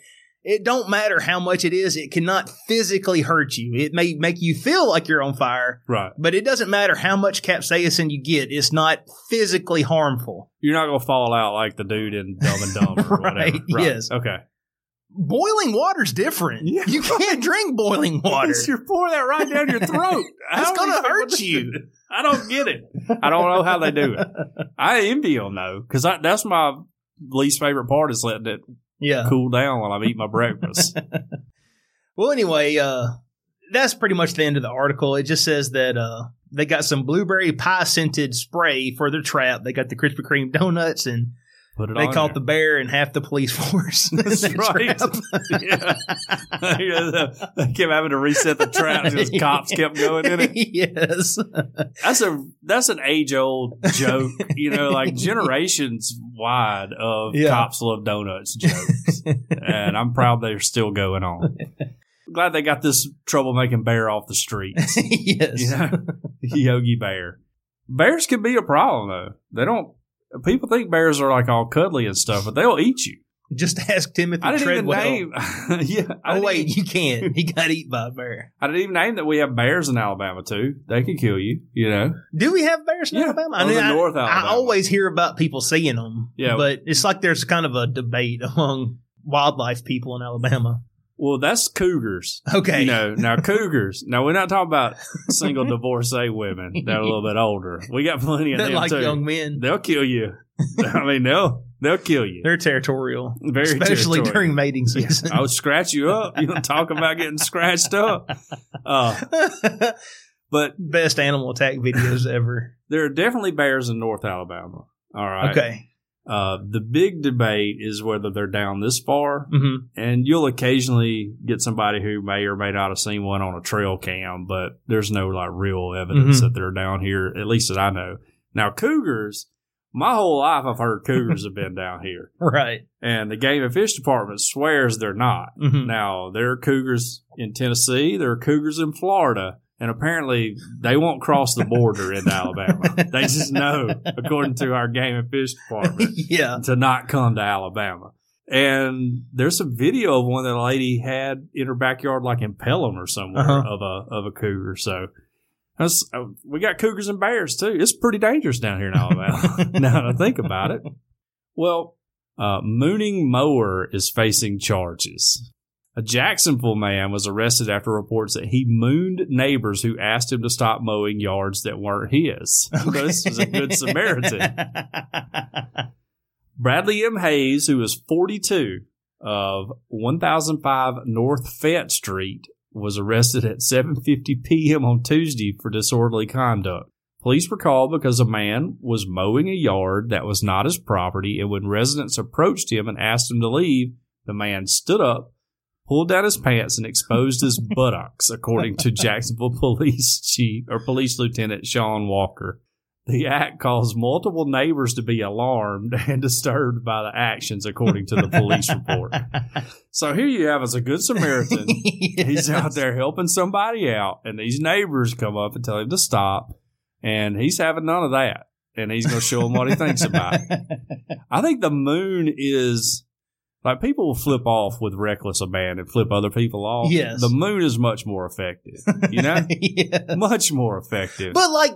S2: It don't matter how much it is, it cannot physically hurt you. It may make you feel like you're on fire,
S3: right.
S2: but it doesn't matter how much capsaicin you get. It's not physically harmful.
S3: You're not gonna fall out like the dude in Dumb and Dumber. Or
S2: Right,
S3: Whatever.
S2: yes.
S3: Okay.
S2: Boiling water's different.
S3: Yeah.
S2: You can't drink boiling water.
S3: You're pouring that right down your throat.
S2: It's
S3: How do
S2: gonna
S3: people
S2: hurt
S3: do
S2: you.
S3: it? I don't get it. I don't know how they do it. I envy them though, because that's my least favorite part is letting it
S2: Yeah.
S3: cool down while I'm eating my breakfast.
S2: Well, anyway, uh, that's pretty much the end of the article. It just says that uh, they got some blueberry pie scented spray for their trap. They got the Krispy Kreme donuts, and
S3: Put it
S2: they
S3: on
S2: caught the
S3: there.
S2: bear and half the police force. in
S3: That's
S2: that
S3: right.
S2: trap.
S3: Yeah. You know, they kept having to reset the traps because cops kept going in it.
S2: yes.
S3: That's a that's an age old joke, you know, like generations wide of
S2: Yeah.
S3: cops love donuts jokes, and I'm proud they're still going on. Glad they got this troublemaking bear off the street,
S2: yes.
S3: you know, Yogi Bear. Bears can be a problem though. They don't. People think bears are like all cuddly and stuff, but they'll eat you.
S2: Just ask Timothy
S3: I didn't
S2: Treadwell.
S3: even name. yeah. I
S2: Oh
S3: didn't
S2: wait,
S3: even-
S2: you can't. He got eaten by a bear.
S3: I didn't even name that we have bears in Alabama too. They can kill you. You know.
S2: Do we have bears in
S3: Yeah,
S2: Alabama?
S3: on the
S2: I,
S3: North
S2: I
S3: Alabama.
S2: always hear about people seeing them.
S3: Yeah.
S2: but it's like there's kind of a debate among wildlife people in Alabama.
S3: Well, that's cougars.
S2: Okay,
S3: You know, now cougars. Now we're not talking about single divorcee women that are a little bit older. We got plenty of
S2: they're
S3: them
S2: like
S3: too.
S2: young men.
S3: They'll kill you. I mean, they'll they'll kill you.
S2: They're territorial,
S3: Very
S2: especially
S3: territorial.
S2: during mating season.
S3: I would scratch you up. You don't talk about getting scratched up. Uh, but
S2: Best animal attack videos ever.
S3: there are definitely bears in North Alabama. All right.
S2: Okay,
S3: Uh, the big debate is whether they're down this far,
S2: hmm
S3: and you'll occasionally get somebody who may or may not have seen one on a trail cam, but there's no like real evidence
S2: Mhm.
S3: that they're down here, at least that I know. Now, cougars, my whole life I've heard cougars have been down here,
S2: right.
S3: and the Game and Fish Department swears they're not.
S2: hmm
S3: Now, there are cougars in Tennessee, there are cougars in Florida, and apparently they won't cross the border into Alabama. They just know, according to our game and fish department,
S2: yeah.
S3: to not come to Alabama. And there's some video of one that a lady had in her backyard, like in Pelham or somewhere,
S2: Uh-huh.
S3: of a of a cougar. So that's, uh, we got cougars and bears too. It's pretty dangerous down here in Alabama. now that I think about it, well, uh, mooning mower is facing charges. A Jacksonville man was arrested after reports that he mooned neighbors who asked him to stop mowing yards that weren't his. This is a good Samaritan. Bradley M. Hayes, who is 42 of 1005 North Fayette Street, was arrested at 7:50 p.m. on Tuesday for disorderly conduct. Police were called because a man was mowing a yard that was not his property, and when residents approached him and asked him to leave, the man stood up, pulled down his pants, and exposed his buttocks, according to Jacksonville Police Chief or Police Lieutenant Sean Walker. The act caused multiple neighbors to be alarmed and disturbed by the actions, according to the police report. So here you have us a good Samaritan. He's out there helping somebody out, and these neighbors come up and tell him to stop, and he's having none of that. And he's going to show him what he thinks about it. I think the moon is like people will flip off with reckless abandon, and flip other people off.
S2: Yes.
S3: The moon is much more effective, you know?
S2: yeah.
S3: much more effective.
S2: But like,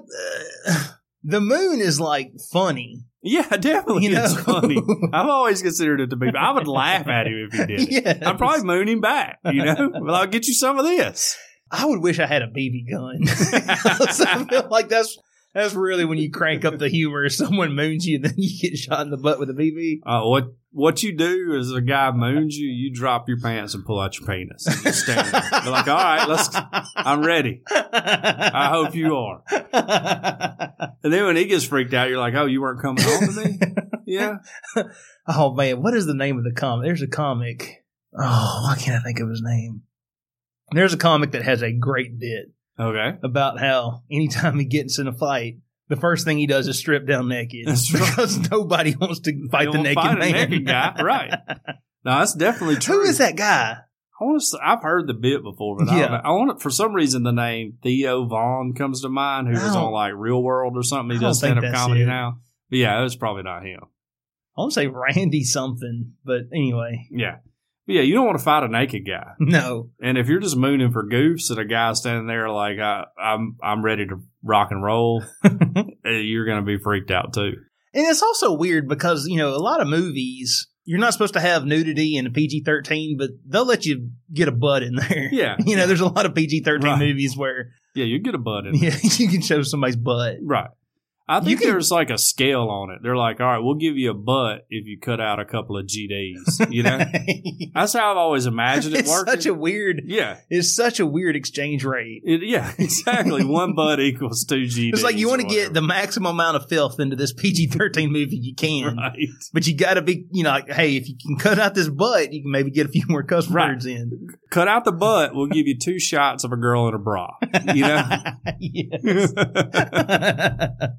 S2: uh, the moon is like funny.
S3: Yeah, definitely.
S2: You
S3: It's
S2: know?
S3: funny. I've always considered it to be. I would laugh at him if he did. it.
S2: Yeah.
S3: I'd probably moon him back. You know, well, I'll get you some of this.
S2: I would wish I had a BB gun. I feel like that's that's really when you crank up the humor. If someone moons you, then you get shot in the butt with a BB.
S3: Uh, what What you do is a guy moons you, you drop your pants and pull out your penis. And just stand there. Be like, all right, let's. I'm ready. I hope you are. And then when he gets freaked out, you're like, oh, you weren't coming home to me. Yeah,
S2: oh man, what is the name of the comic? There's a comic. Oh, why can't I think of his name? There's a comic that has a great bit
S3: okay.
S2: about how anytime he gets in a fight, the first thing he does is strip down naked
S3: That's right.
S2: because nobody wants to fight
S3: You
S2: the
S3: won't
S2: naked
S3: find a
S2: man.
S3: naked guy, right? No, that's definitely true.
S2: Who is that guy?
S3: I want to. I've heard the bit before, but I
S2: Yeah.
S3: don't know. I want to, for some reason the name Theo Vaughn comes to mind, who
S2: I
S3: was
S2: don't-
S3: on like Real World or something.
S2: Oh. I
S3: He
S2: don't
S3: does
S2: think
S3: stand up
S2: that's
S3: comedy
S2: it.
S3: now. But yeah, it was probably not him.
S2: I want to say Randy something, but anyway,
S3: Yeah, but yeah. You don't want to fight a naked guy,
S2: no.
S3: and if you're just mooning for goofs and a guy standing there like I, I'm, I'm ready to rock and roll, eh, you're gonna be freaked out too.
S2: And it's also weird because, you know, a lot of movies, you're not supposed to have nudity in a PG 13, but they'll let you get a butt in there.
S3: Yeah.
S2: You know, there's a lot of PG 13
S3: Right.
S2: movies where
S3: Yeah, you get a butt in.
S2: yeah, you can show somebody's butt.
S3: Right. I
S2: You
S3: think
S2: can-
S3: there's like a scale on it. They're like, all right, we'll give you a butt if you cut out a couple of GDs. You know. That's how I've always imagined it
S2: it's
S3: working.
S2: such a weird
S3: yeah,
S2: it's such a weird exchange rate.
S3: it, yeah, exactly. One butt equals two GDs.
S2: It's like you want
S3: or
S2: to get the maximum amount of filth into this PG 13 movie you
S3: whatever.
S2: can.
S3: right.
S2: But you got to be, you know, like, hey, if you can cut out this butt, you can maybe get a few more cuss
S3: Right.
S2: words in.
S3: Cut out the butt. We'll give you two shots of a girl in a bra. You know,
S2: Yes.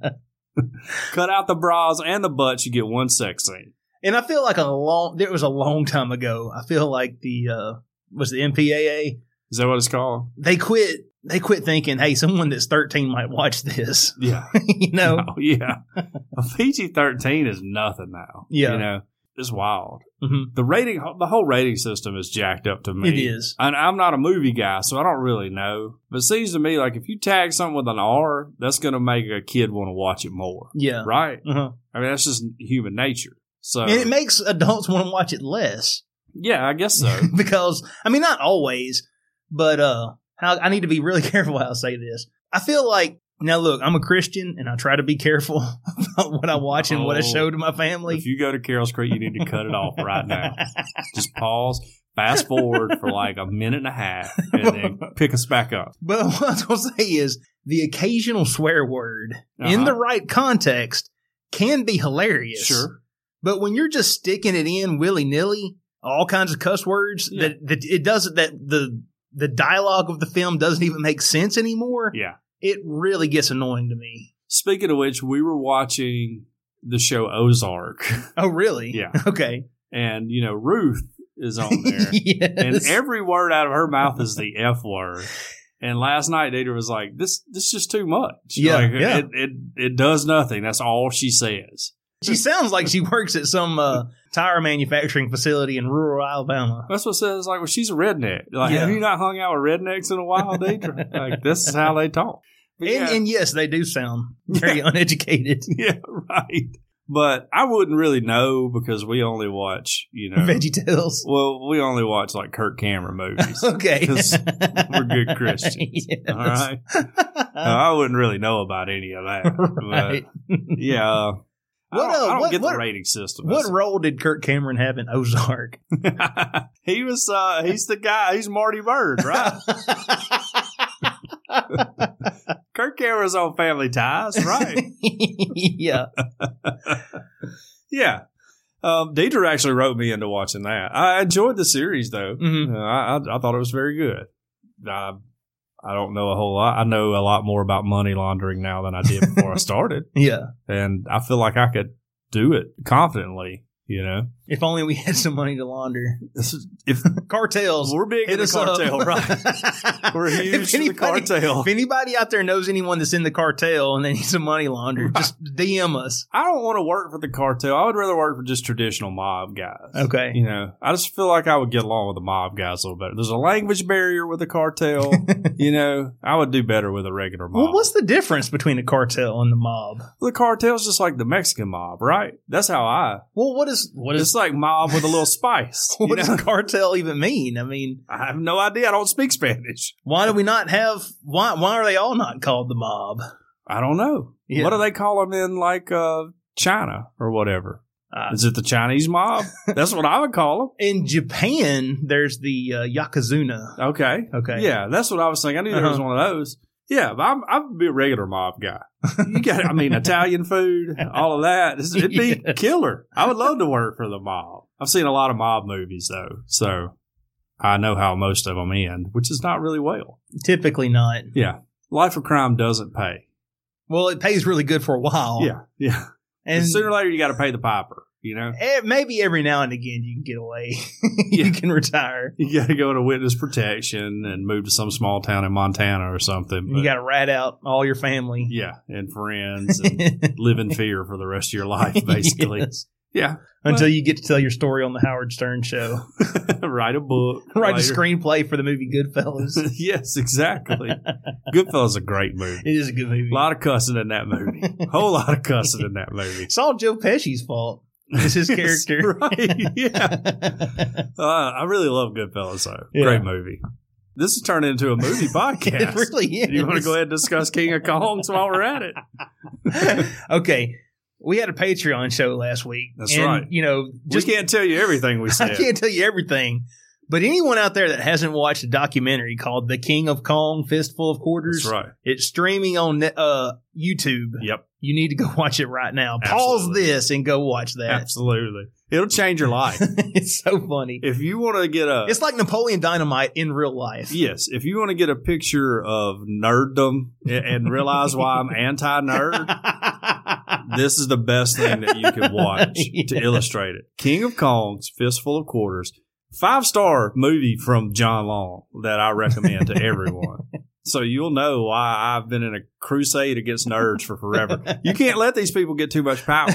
S3: cut out the bras and the butts. You get one sex scene.
S2: And I feel like a long there was a long time ago. I feel like the uh was the MPAA
S3: Is that what it's called?
S2: they quit they quit thinking, hey, someone that's 13 might watch this.
S3: Yeah.
S2: you know?
S3: Oh, yeah. PG 13 is nothing now.
S2: Yeah.
S3: You know, it's wild.
S2: Mhm.
S3: The rating, the whole rating system is jacked up to me.
S2: It is.
S3: And I'm not a movie guy, so I don't really know. But it seems to me like if you tag something with an R, that's going to make a kid want to watch it more.
S2: Yeah.
S3: Right? Uh.
S2: Uh-huh.
S3: I mean, that's just human nature. So,
S2: and it makes adults want to watch it less
S3: yeah, I guess so.
S2: because, I mean, not always, but uh, how, I need to be really careful how I say this. I feel like, now look, I'm a Christian and I try to be careful about what I watch and what I
S3: Oh.
S2: show to my family.
S3: if you go to Carroll's Creek, you need to cut it off right now. Just pause, fast forward for like a minute and a half, and then pick us back up.
S2: But what I was going to say is the occasional swear word in
S3: Uh-huh.
S2: the right context can be hilarious.
S3: Sure.
S2: But when you're just sticking it in willy nilly, all kinds of cuss words
S3: Yeah.
S2: that, that it doesn't that the the dialogue of the film doesn't even make sense anymore.
S3: Yeah.
S2: It really gets annoying to me.
S3: Speaking of which, we were watching the show Ozark,
S2: Oh, really?
S3: Yeah.
S2: Okay.
S3: and you know Ruth is on there,
S2: yes.
S3: and every word out of her mouth is the f word. And last night, Dieter was like, "This, this is just too much.
S2: Yeah,
S3: Like,
S2: yeah.
S3: It, it, it does nothing. That's all she says.
S2: she sounds like she works at some uh, tire manufacturing facility in rural Alabama.
S3: That's what it says. Like, well, she's a redneck. Like,
S2: Yeah.
S3: have you not hung out with rednecks in a while, Deidre? like, this is how they talk. But
S2: And, and yes, they do sound very uneducated.
S3: yeah, yeah, right. But I wouldn't really know because we only watch, you know,
S2: Veggie Tales.
S3: well, we only watch like Kirk Cameron movies.
S2: Okay.
S3: 'Cause we're good Christians.
S2: Yes. Uh-huh.
S3: All right. I wouldn't really know about any of that.
S2: Right.
S3: But yeah. What, I
S2: What,
S3: don't,
S2: uh,
S3: I don't
S2: what-
S3: get
S2: what-
S3: the rating system.
S2: What role did Kirk Cameron have in Ozark?
S3: he was uh he's the guy, he's Marty Bird, right? Kirk Cameron's on Family Ties, right?
S2: yeah.
S3: yeah. Um, Deidre actually wrote me into watching that. I enjoyed the series though.
S2: Mhm.
S3: Uh, I, I I thought it was very good. I I don't know a whole lot. I know a lot more about money laundering now than I did before I started,
S2: Yeah.
S3: and I feel like I could do it confidently. You know,
S2: If only we had some money to launder.
S3: This is- if
S2: Cartels.
S3: we're big in
S2: Hit
S3: the
S2: us up.
S3: cartel, right? We're
S2: If
S3: huge in the cartel.
S2: If anybody out there knows anyone that's in the cartel and they need some money laundered, just DM us.
S3: I don't want to work for the cartel. I would rather work for just traditional mob guys.
S2: Okay.
S3: You know, I just feel like I would get along with the mob guys a little better. There's a language barrier with the cartel. you know, I would do better with a regular mob.
S2: Well, what's the difference between the cartel and the mob?
S3: the cartel's just like the Mexican mob, right? That's how I.
S2: Well, what is what is
S3: It's like mob with a little spice. you
S2: what
S3: know?
S2: does cartel even mean? I mean,
S3: I have no idea. I don't speak Spanish.
S2: why do we not have why why are they all not called the mob?
S3: I don't know.
S2: Yeah.
S3: What do they call them in like uh, China or whatever?
S2: Uh,
S3: Is it the Chinese mob? That's what I would call them.
S2: In Japan, there's the uh, Yakuzuna.
S3: Okay.
S2: Okay.
S3: Yeah, that's what I was thinking. I knew there was
S2: Uh-huh.
S3: one of those. Yeah, but I'm, I'd be a regular mob guy. You got, I mean, Italian food, all of that. It's- It'd be
S2: Yes.
S3: killer. I would love to work for the mob. I've seen a lot of mob movies though, so I know how most of them end, which is not really well.
S2: Typically not.
S3: Yeah, life of crime doesn't pay.
S2: Well, it pays really good for a while.
S3: Yeah, yeah.
S2: Oh. And
S3: sooner or later, you got to pay the piper. You know,
S2: eh, maybe every now and again you can get away. you
S3: Yeah.
S2: can retire.
S3: you got to go to witness protection and move to some small town in Montana or something.
S2: You
S3: but-
S2: got to rat out all your family.
S3: yeah, and friends and live in fear for the rest of your life, basically.
S2: Yes.
S3: Yeah.
S2: Until you get to tell your story on the Howard Stern show.
S3: Write a book.
S2: Write a
S3: later.
S2: screenplay for the movie Goodfellas. it
S3: yes, exactly. Goodfellas is a great movie.
S2: is a good movie.
S3: A lot of cussing in that movie. Whole lot of cussing in that movie.
S2: It's all Joe Pesci's fault. It's his character.
S3: right. Yeah. Uh, I really love Goodfellas, though.
S2: Yeah.
S3: Great movie. This has turned into a movie podcast.
S2: It really is.
S3: Do you want to go ahead and discuss King of Kongs while we're at it?
S2: okay. We had a Patreon show last week.
S3: That's
S2: and,
S3: right.
S2: You know, just
S3: Just can't tell you everything we
S2: I
S3: said.
S2: can't tell you everything. But anyone out there that hasn't watched a documentary called "The King of Kong: Fistful of Quarters,"
S3: That's right.
S2: it's streaming on Net- uh, YouTube.
S3: Yep.
S2: You need to go watch it right now. Pause
S3: Absolutely.
S2: this and go watch that.
S3: Absolutely. It'll change your life.
S2: it's so funny.
S3: if you want to get a
S2: It's like Napoleon Dynamite in real life.
S3: Yes, if you want to get a picture of nerddom a- and realize why I'm anti-nerd, this is the best thing that you could watch to
S2: Yeah.
S3: illustrate it. King of Kongs, Fistful of Quarters, five-star movie from John Long that I recommend to everyone. So you'll know why I've been in a crusade against nerds for forever. you can't let these people get too much power.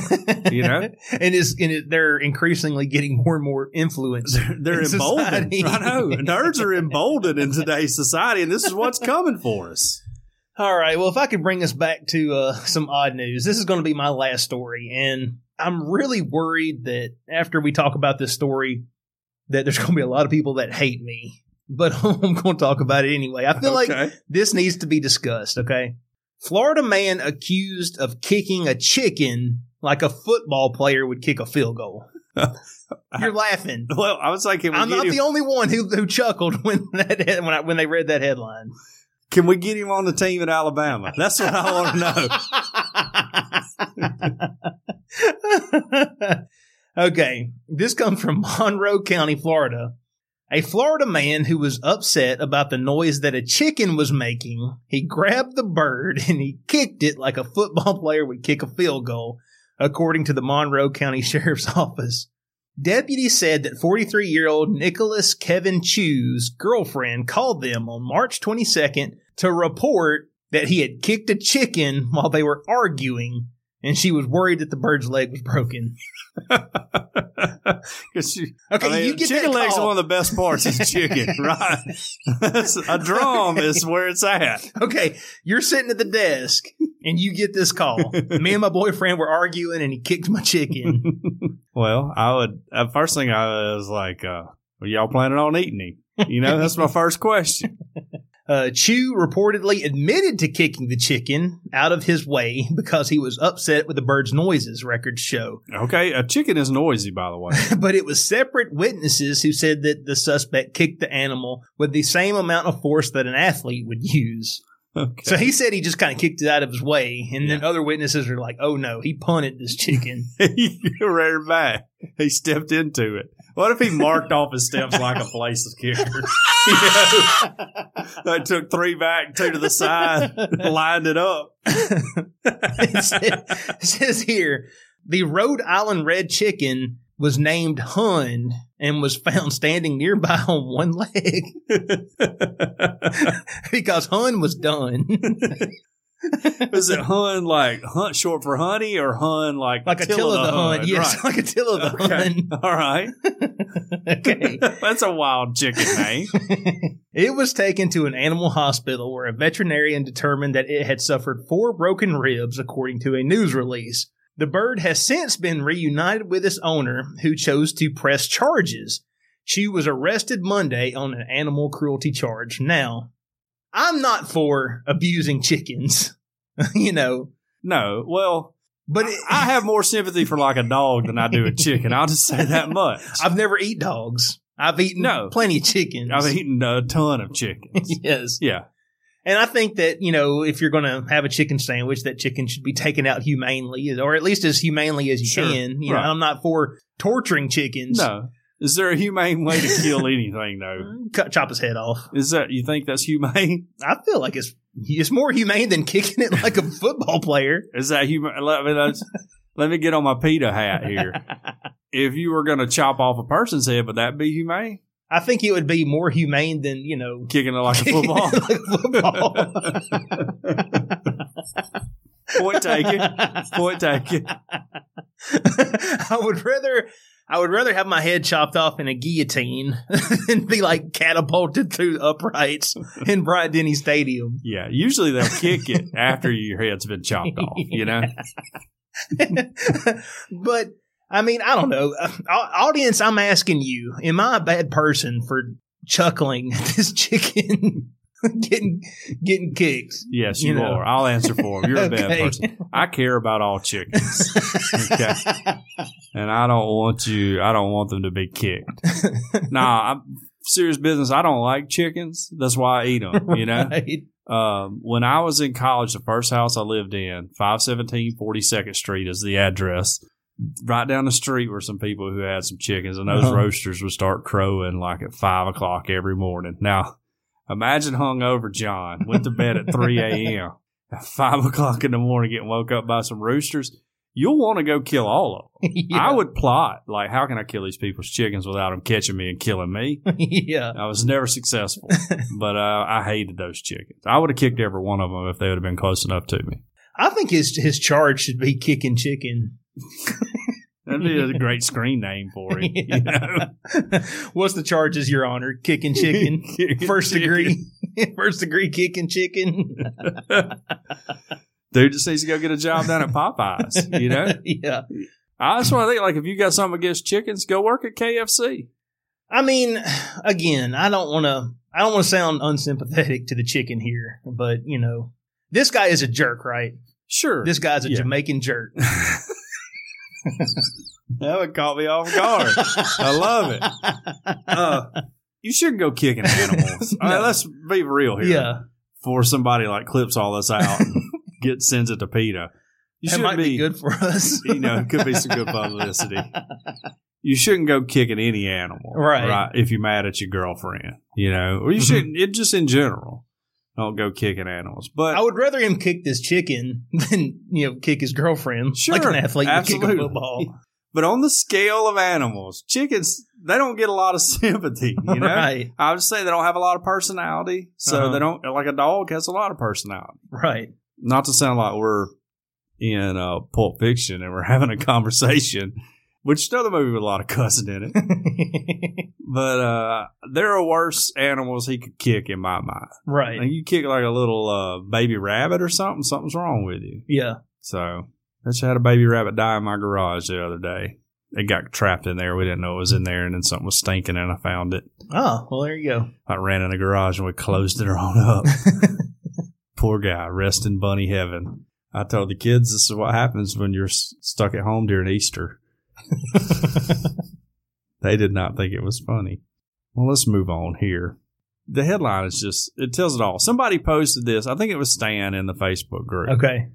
S3: You know?
S2: and it's and it, they're increasingly getting more and more influence.
S3: They're
S2: in
S3: emboldened.
S2: society.
S3: I know. Nerds are emboldened in today's society, and this is what's coming for us.
S2: All right. Well, if I could bring us back to uh, some odd news, this is going to be my last story, and I'm really worried that after we talk about this story, that there's going to be a lot of people that hate me. But I'm going to talk about it anyway. I feel like
S3: Okay.
S2: this needs to be discussed. Okay, Florida man accused of kicking a chicken like a football player would kick a field goal. You're laughing.
S3: Well, I was like, can we,
S2: I'm
S3: get
S2: not
S3: him,
S2: the only one who, who chuckled when that when I, when they read that headline.
S3: can we get him on the team at Alabama? That's what I want to know.
S2: okay, this comes from Monroe County, Florida. A Florida man who was upset about the noise that a chicken was making, he grabbed the bird and he kicked it like a football player would kick a field goal, according to the Monroe County Sheriff's Office. Deputies said that 43 year old Nicholas Kevin Chu's girlfriend called them on March 22nd to report that he had kicked a chicken while they were arguing, and she was worried that the bird's leg was broken.
S3: 'Cause you-
S2: Okay,
S3: I mean,
S2: you get that
S3: chicken legs
S2: call.
S3: are one of the best parts is chicken, right? That's- a drum is where it's at.
S2: Okay, you're sitting at the desk and you get this call. Me and my boyfriend were arguing, and he kicked my chicken.
S3: Well, I would. Uh, first thing I was like, uh, "Are y'all planning on eating him?" You know, that's my first question.
S2: Uh, Chu reportedly admitted to kicking the chicken out of his way because he was upset with the bird's noises, records show.
S3: Okay, a chicken is noisy, by the way.
S2: but it was separate witnesses who said that the suspect kicked the animal with the same amount of force that an athlete would use.
S3: Okay.
S2: So he said he just kind of kicked it out of his way, and then other witnesses are like, "Oh no, he punted this chicken."
S3: he ran back. He stepped into it. What if he marked off his steps like a place of kickers? you know? Like took three back, two to the side, lined it up.
S2: it, said- it says here the Rhode Island red chicken was named Hun and was found standing nearby on one leg because Hun was done.
S3: Is it hun like hunt short for honey or hun like
S2: like Attila the Hun, yes,
S3: Right.
S2: like Attila the
S3: Okay.
S2: Hun.
S3: All right.
S2: Okay.
S3: That's a wild chicken name.
S2: It was taken to an animal hospital where a veterinarian determined that it had suffered four broken ribs, according to a news release. The bird has since been reunited with its owner, who chose to press charges. She was arrested Monday on an animal cruelty charge. Now, I'm not for abusing chickens, you know,
S3: No. Well,
S2: but it,
S3: I have more sympathy for like a dog than I do a chicken. I'll just say that much.
S2: I've never eaten dogs. I've eaten
S3: No.
S2: plenty of chickens.
S3: I've eaten a ton of chickens.
S2: yes.
S3: Yeah.
S2: And I think that, you know, if you're going to have a chicken sandwich, that chicken should be taken out humanely, or at least as humanely as you
S3: Sure.
S2: can. You
S3: Right.
S2: know, I'm not for torturing chickens.
S3: No. Is there a humane way to kill anything though?
S2: Cut, chop his head off.
S3: Is that you think that's humane?
S2: I feel like it's it's more humane than kicking it like a football player.
S3: Is that humane? Let me let's- let me get on my PETA hat here. if you were going to chop off a person's head, would that be humane?
S2: I think it would be more humane than, you know,
S3: Kicking it like a football.
S2: like a football.
S3: Point taken. Point taken.
S2: I would rather I would rather have my head chopped off in a guillotine than be like catapulted through uprights in Bryant Denny Stadium.
S3: Yeah. Usually they'll kick it after your head's been chopped off. You know.
S2: but I mean, I don't know, Uh, au- audience. I'm asking you: Am I a bad person for chuckling at this chicken getting getting kicked?
S3: Yes,
S2: You
S3: you,
S2: know.
S3: are. I'll answer for them. You're a bad
S2: Okay.
S3: person. I care about all chickens. okay. And I don't want you, I don't want them to be kicked. nah, I'm serious business. I don't like chickens. That's why I eat them, you know?
S2: Right?
S3: Um, when I was in college, the first house I lived in, 517 42nd Street is the address. Right down the street were some people who had some chickens, and those
S2: Uh-huh.
S3: roasters would start crowing like at five o'clock every morning. Now, imagine hungover John went to bed at 3 a.m. at five o'clock in the morning, getting woke up by some roosters. you'll want to go kill all of them.
S2: yeah.
S3: I would plot like, how can I kill these people's chickens without them catching me and killing me?
S2: yeah.
S3: I was never successful, but uh, I hated those chickens. I would have kicked every one of them if they would have been close enough to me.
S2: I think his his charge should be kicking chicken.
S3: That'd be a great screen name for him. You know?
S2: What's the charges, Your Honor? Kicking chicken, first degree, first degree kicking chicken.
S3: Dude just needs to go get a job down at Popeyes. You know,
S2: yeah.
S3: I just want to think like, if you got something against chickens, go work at KFC.
S2: I mean, again, I don't want to. I don't want to sound unsympathetic to the chicken here, but you know, this guy is a jerk, right?
S3: Sure,
S2: This guy's a
S3: Yeah.
S2: Jamaican jerk.
S3: that would caught me off guard. I love it. Uh, you shouldn't go kicking animals. All right, let's be real here.
S2: yeah,
S3: before somebody like clips all this out and get sends it to PETA. You
S2: that
S3: should
S2: might be, good for us.
S3: you know, it could be some good publicity. You shouldn't go kicking any animal,
S2: Right.
S3: If you're mad at your girlfriend, you know, or you
S2: Mhm.
S3: shouldn't. It just in general, don't go kicking animals. But
S2: I would rather him kick this chicken than you know kick his girlfriend
S3: Sure,
S2: like an athlete would kick
S3: absolutely.
S2: a football.
S3: but on the scale of animals, chickens they don't get a lot of sympathy. You know,
S2: Right,
S3: I would say they don't have a lot of personality, so
S2: Uh-huh.
S3: they don't like a dog has a lot of personality.
S2: right.
S3: not to sound like we're in uh, Pulp Fiction and we're having a conversation, which is another movie with a lot of cussing in it. but uh, there are worse animals he could kick in my mind.
S2: right.
S3: And you kick like a little uh, baby rabbit or something, something's wrong with you.
S2: Yeah.
S3: So I just had a baby rabbit die in my garage the other day. It got trapped in there. We didn't know it was in there, and then something was stinking, and I found it.
S2: Oh, well, there you go.
S3: I ran in the garage and we closed it on up. Poor guy, rest in bunny heaven. I told the kids this is what happens when you're s- stuck at home during Easter. they did not think it was funny. Well, let's move on here. The headline is just, it tells it all. Somebody posted this. I think it was Stan in the Facebook group.
S2: Okay.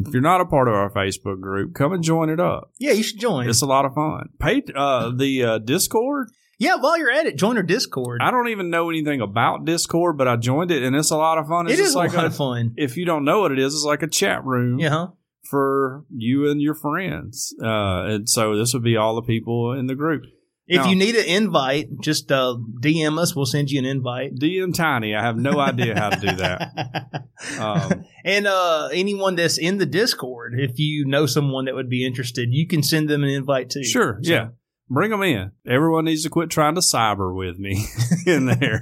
S3: If you're not a part of our Facebook group, come and join it up.
S2: Yeah, you should join.
S3: It's a lot of fun. Pay, uh, the uh, Discord,
S2: yeah, while you're at it, join our Discord.
S3: I don't even know anything about Discord, but I joined it and it's a lot of fun. It's
S2: It
S3: just
S2: is
S3: like
S2: a lot
S3: a-
S2: of fun.
S3: If you don't know what it is, it's like a chat room
S2: Yeah.
S3: for you and your friends. Uh, and so this would be all the people in the group.
S2: If
S3: No.
S2: you need an invite, just uh, DM us. We'll send you an invite.
S3: DM Tiny, I have no idea how to do that. Um,
S2: and uh, anyone that's in the Discord, if you know someone that would be interested, you can send them an invite too.
S3: sure,
S2: So-
S3: yeah. Bring them in. Everyone needs to quit trying to cyber with me in there.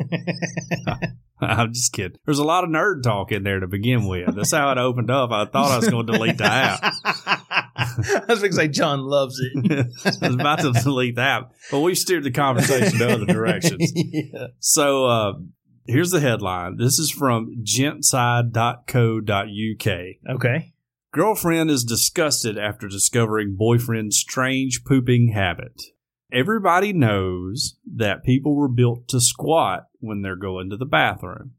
S3: I'm just kidding. There's a lot of nerd talk in there to begin with. That's how it opened up. I thought I was going to delete the app.
S2: I was going to say John loves it.
S3: I was about to delete that, but we steered the conversation to other directions.
S2: yeah.
S3: So uh, here's the headline. This is from gentside.co.uk.
S2: Okay.
S3: Girlfriend is disgusted after discovering boyfriend's strange pooping habit. Everybody knows that people were built to squat when they're going to the bathroom.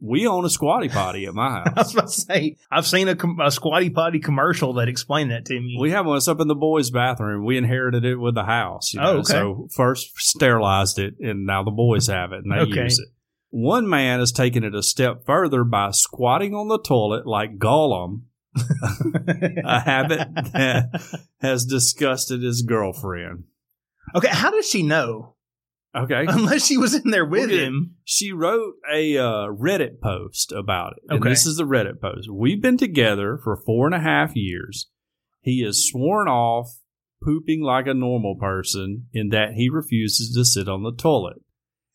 S3: We own a squatty potty at my
S2: I
S3: house.
S2: was about to say I've seen a, com- a squatty potty commercial that explained that to me.
S3: We have one. It's up in the boys' bathroom. We inherited it with the house. You know?
S2: Oh, okay.
S3: So first sterilized it, and now the boys have it and they
S2: Okay.
S3: use it. One man has taken it a step further by squatting on the toilet like Gollum, a habit that has disgusted his girlfriend.
S2: okay, how does she know?
S3: Okay.
S2: Unless she was in there with
S3: Okay.
S2: him.
S3: She wrote a uh, Reddit post about it. And
S2: Okay.
S3: this is the Reddit post. We've been together for four and a half years. He is sworn off pooping like a normal person in that he refuses to sit on the toilet.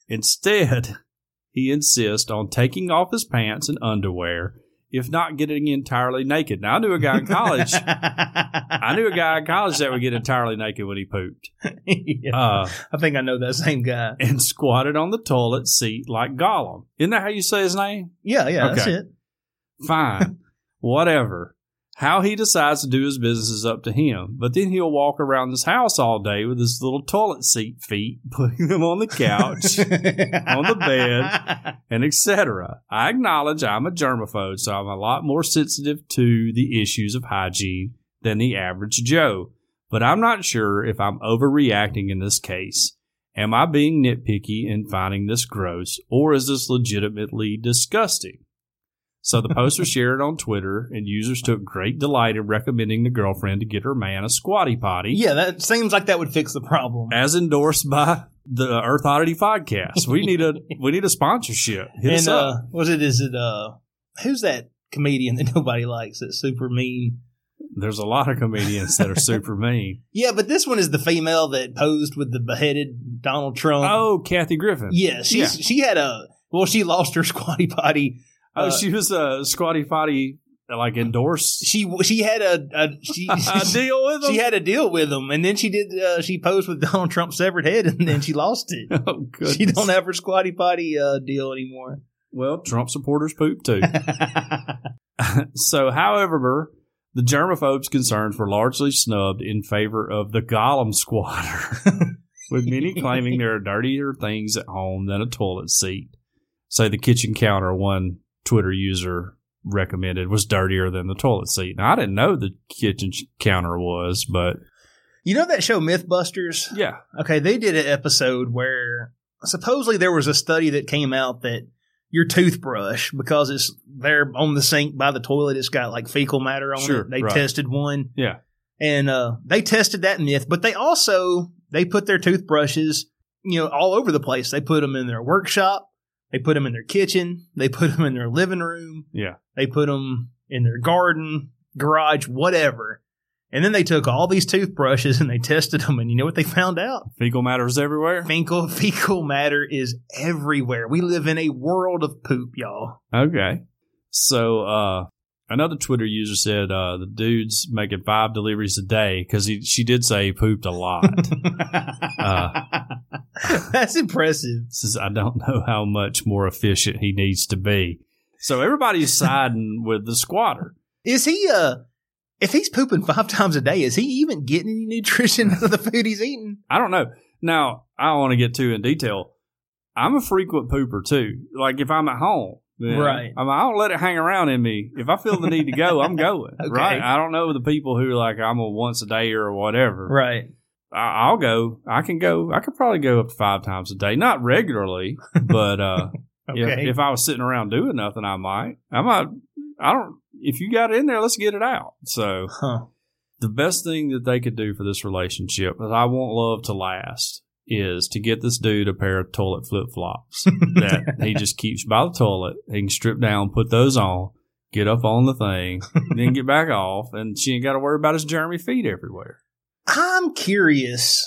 S3: Instead, he insists on taking off his pants and underwear, if not getting entirely naked. Now, I knew a guy in college. I knew a guy in college that would get entirely naked when he pooped.
S2: Yeah.
S3: Uh,
S2: I think I know that same guy.
S3: and squatted on the toilet seat like Gollum. Isn't that how you say his name?
S2: Yeah, yeah, that's
S3: Okay.
S2: it.
S3: Fine. Whatever. How he decides to do his business is up to him. But then he'll walk around his house all day with his little toilet seat feet, putting them on the couch
S2: on
S3: the bed. and etc. I acknowledge I'm a germaphobe, so I'm a lot more sensitive to the issues of hygiene than the average Joe. But I'm not sure if I'm overreacting in this case. Am I being nitpicky and finding this gross, or is this legitimately disgusting? So the post was shared on Twitter, and users took great delight in recommending the girlfriend to get her man a squatty potty,
S2: Yeah, that seems like that would fix the problem.
S3: as endorsed by the Earth Oddity Podcast. We need a we need a sponsorship. Hit us
S2: and
S3: up.
S2: uh, was it? Is it? uh Who's that comedian that nobody likes? That's super mean.
S3: There's a lot of comedians that are super mean.
S2: Yeah, but this one is the female that posed with the beheaded Donald Trump.
S3: Oh, Kathy Griffin.
S2: yeah, she's, she had a. Well, she lost her squatty potty.
S3: Oh,
S2: uh,
S3: she was a squatty potty like endorsed.
S2: She she had a, a she
S3: I deal with them.
S2: she had a deal with him, and then she did. Uh, she posed with Donald Trump's severed head, and then she lost it.
S3: oh, goodness.
S2: She don't have her squatty potty uh, deal anymore.
S3: Well, Trump supporters poop too. so, however, the germaphobes' concerns were largely snubbed in favor of the Gollum squatter, with many claiming there are dirtier things at home than a toilet seat. Say the kitchen counter, one Twitter user recommended, was dirtier than the toilet seat. Now, I didn't know the kitchen sh- counter was, but
S2: you know that show MythBusters?
S3: yeah,
S2: Okay, they did an episode where supposedly there was a study that came out that your toothbrush, because it's there on the sink by the toilet, it's got like fecal matter on
S3: Sure,
S2: it. They
S3: right.
S2: tested one.
S3: Yeah.
S2: And uh, they tested that myth, but they also they put their toothbrushes, you know, all over the place. They put them in their workshop, they put them in their kitchen, they put them in their living room,
S3: yeah.
S2: they put them in their garden, garage, whatever. And then they took all these toothbrushes and they tested them, and you know what they found out?
S3: Fecal matter is everywhere.
S2: Fecal, fecal matter is everywhere. We live in a world of poop, y'all.
S3: Okay. So uh, another Twitter user said uh, the dude's making five deliveries a day because she did say he pooped a lot. Uh.
S2: That's impressive.
S3: says I don't know how much more efficient he needs to be. So everybody's siding with the squatter.
S2: Is he uh if he's pooping five times a day, is he even getting any nutrition out of the food he's eating?
S3: I don't know. Now I don't want to get too in detail. I'm a frequent pooper too. Like if I'm at home. then
S2: Right.
S3: I, mean, I don't let it hang around in me. If I feel the need to go, I'm going.
S2: Okay.
S3: Right. I don't know the people who like I'm a once a day or whatever.
S2: Right.
S3: I- I'll go. I can go. I could probably go up to five times a day, not regularly, but uh,
S2: Okay.
S3: if, if I was sitting around doing nothing, I might. I might. I don't. If you got it in there, let's get it out. So
S2: huh.
S3: the best thing that they could do for this relationship that I want love to last is to get this dude a pair of toilet flip flops that he just keeps by the toilet. He can strip down, put those on, get up on the thing, then get back off, and she ain't got to worry about his germy feet everywhere.
S2: I'm curious.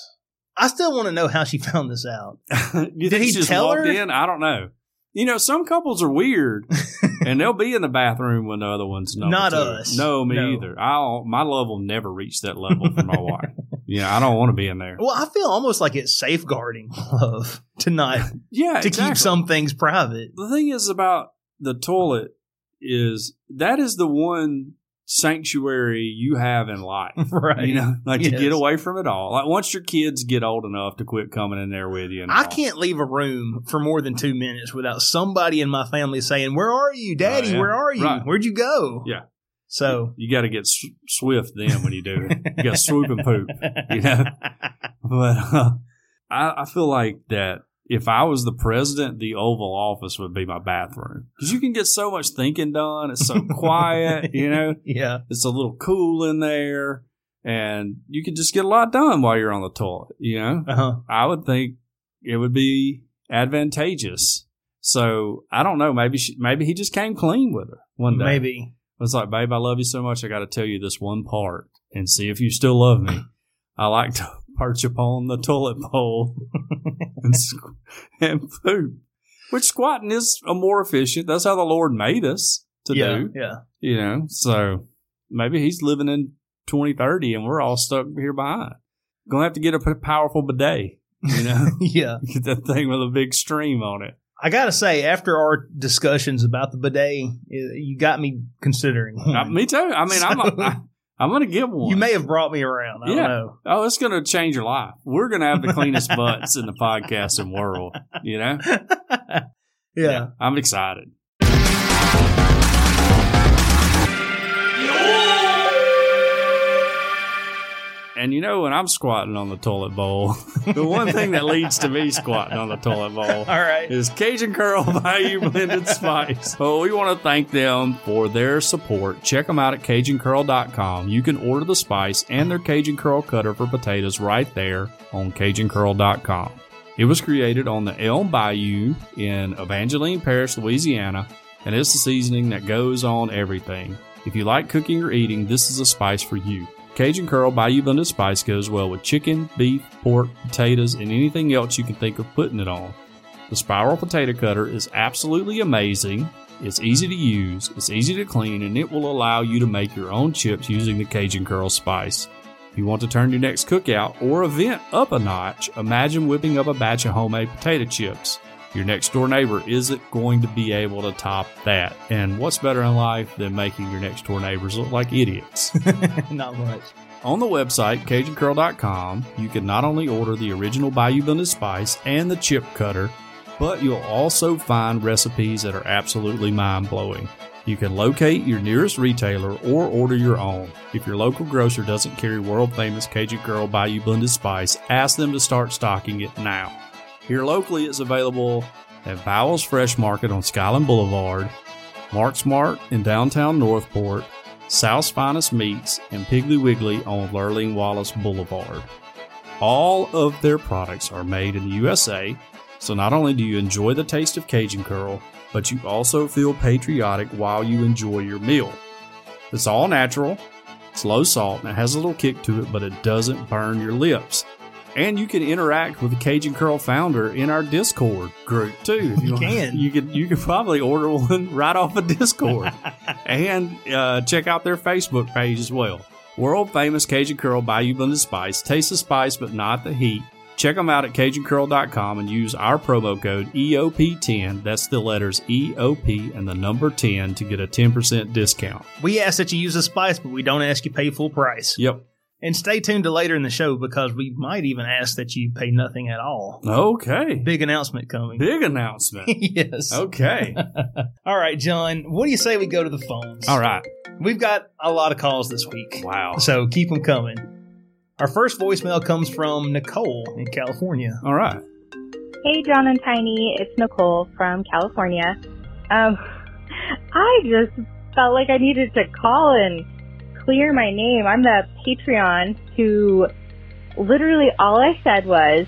S2: I still want to know how she found this out.
S3: you
S2: Did
S3: think
S2: he
S3: she just
S2: tell
S3: walked
S2: her?
S3: in? I don't know. You know, some couples are weird, and they'll be in the bathroom when the other one's number
S2: Not
S3: two.
S2: us.
S3: No, me
S2: No.
S3: either. I don't- my love will never reach that level for my wife. Yeah, I don't want to be in there.
S2: Well, I feel almost like it's safeguarding love to not
S3: Yeah,
S2: to
S3: exactly.
S2: keep some things private.
S3: The thing is about the toilet is that is the one sanctuary you have in life.
S2: Right.
S3: You know, like to
S2: Yes.
S3: get away from it all. Like once your kids get old enough to quit coming in there with you. And
S2: I
S3: all.
S2: can't leave a room for more than two minutes without somebody in my family saying, "Where are you, Daddy?
S3: Oh, yeah.
S2: Where are you?
S3: Right.
S2: Where'd you go?"
S3: Yeah.
S2: So
S3: you got to get s- swift then when you do it. You got to swoop and poop, you know. But uh, I, I feel like that if I was the president, the Oval Office would be my bathroom because you can get so much thinking done. It's so quiet, you know.
S2: yeah,
S3: It's a little cool in there, and you can just get a lot done while you're on the toilet. You know,
S2: uh-huh.
S3: I would think it would be advantageous. So I don't know. Maybe she, maybe he just came clean with her one day.
S2: maybe.
S3: I was like, babe, I love you so much. I got to tell you this one part and see if you still love me. I like to perch upon the toilet bowl and, squ- and poop, which squatting is a more efficient. That's how the Lord made us to
S2: yeah,
S3: do,
S2: yeah.
S3: you know. So maybe he's living in 2030 and we're all stuck here behind. Gonna have to get a p- powerful bidet, you know,
S2: Yeah.
S3: get that thing with a big stream on it.
S2: I gotta say, after our discussions about the bidet, i- you got me considering.
S3: I-
S2: one.
S3: me too. I mean, I'm, a, I, I'm gonna get one.
S2: Hmm. you may have brought me around. I
S3: Yeah.
S2: don't know.
S3: Oh, it's going to change your life. We're going to have the cleanest butts in the podcasting world. You know?
S2: Yeah.
S3: I'm excited. And you know, when I'm squatting on the toilet bowl, the one thing that leads to me squatting on the toilet
S2: All
S3: bowl
S2: right.
S3: is Cajun Curl by You Blended Spice. So we want to thank them for their support. Check them out at CajunCurl.com. You can order the spice and their Cajun Curl cutter for potatoes right there on CajunCurl.com. It was created on the Elm Bayou in Evangeline Parish, Louisiana, and it's the seasoning that goes on everything. If you like cooking or eating, this is a spice for you. Cajun Curl Bayou Blended Spice goes well with chicken, beef, pork, potatoes, and anything else you can think of putting it on. The spiral potato cutter is absolutely amazing. It's easy to use, it's easy to clean, and it will allow you to make your own chips using the Cajun Curl spice. If you want to turn your next cookout or event up a notch, imagine whipping up a batch of homemade potato chips. Your next door neighbor isn't going to be able to top that. And what's better in life than making your next door neighbors look like idiots?
S2: Not much.
S3: On the website, CajunCurl.com, you can not only order the original Bayou Blended Spice and the chip cutter, but you'll also find recipes that are absolutely mind blowing. You can locate your nearest retailer or order your own. If your local grocer doesn't carry world famous Cajun Curl Bayou Blended Spice, ask them to start stocking it now. Here locally, it's available at Bowles Fresh Market on Skyland Boulevard, Mark's Mart in downtown Northport, South's Finest Meats, and Piggly Wiggly on Lurling Wallace Boulevard. All of their products are made in the USA, so not only do you enjoy the taste of Cajun Curl, but you also feel patriotic while you enjoy your meal. It's all natural, it's low salt, and it has a little kick to it, but it doesn't burn your lips. And you can interact with the Cajun Curl founder in our Discord group too. If
S2: You
S3: want.
S2: can.
S3: You could you could probably order one right off of Discord, and uh, check out their Facebook page as well. World famous Cajun Curl Bayou Blended Spice. Taste the spice, but not the heat. Check them out at CajunCurl.com and use our promo code E EOP10. That's the letters EOP and the number 10 to get a 10% discount.
S2: We ask that you use the spice, but we don't ask you pay full price.
S3: Yep.
S2: And stay tuned to later in the show because we might even ask that you pay nothing at all.
S3: Okay.
S2: Big announcement coming.
S3: Big announcement.
S2: yes.
S3: Okay.
S2: All right, John. What do you say we go to the phones?
S3: All right.
S2: We've got a lot of calls this week.
S3: Wow.
S2: So keep them coming. Our first voicemail comes from Nicole in California.
S3: All right.
S6: Hey, John and Tiny, it's Nicole from California. Um, I just felt like I needed to call and clear my name. I'm the Patreon who literally all I said was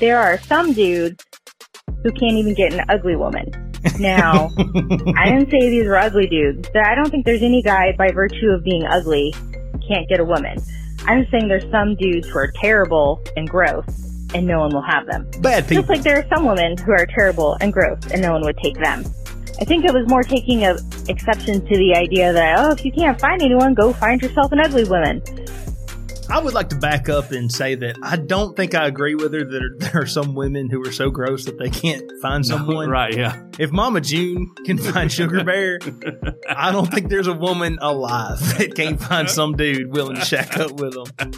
S6: there are some dudes who can't even get an ugly woman. Now, I didn't say these were ugly dudes. There, I don't think there's any guy by virtue of being ugly can't get a woman. I'm saying there's some dudes who are terrible and gross and no one will have them.
S2: Bad
S6: Just
S2: people.
S6: like there are some women who are terrible and gross and no one would take them. I think it was more taking a exception to the idea that, oh, if you can't find anyone, go find yourself an ugly woman.
S2: I would like to back up and say that I don't think I agree with her that there are some women who are so gross that they can't find someone.
S3: Right. Yeah.
S2: If Mama June can find Sugar Bear, I don't think there's a woman alive that can't find some dude willing to shack up with them.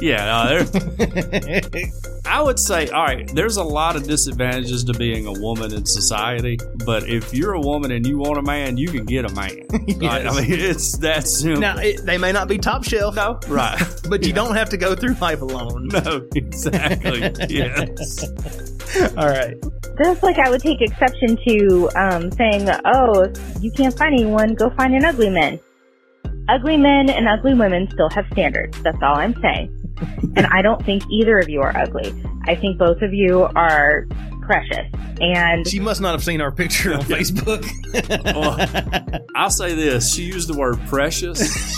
S3: Yeah. No, there- I would say, all right, there's a lot of disadvantages to being a woman in society, but if you're a woman and you want a man, you can get a man. Right? I mean, it's that simple.
S2: now, it, they may not be top shelf,
S3: no. Right.
S2: but you don't have to go through life alone.
S3: No, exactly. yes.
S2: All right.
S6: Just like I would take exception to um, saying, oh, if you can't find anyone, go find an ugly man. Ugly men and ugly women still have standards. That's all I'm saying. and I don't think either of you are ugly. I think both of you are precious. And
S2: She must not have seen our picture on Facebook.
S3: Well, I'll say this. She used the word precious.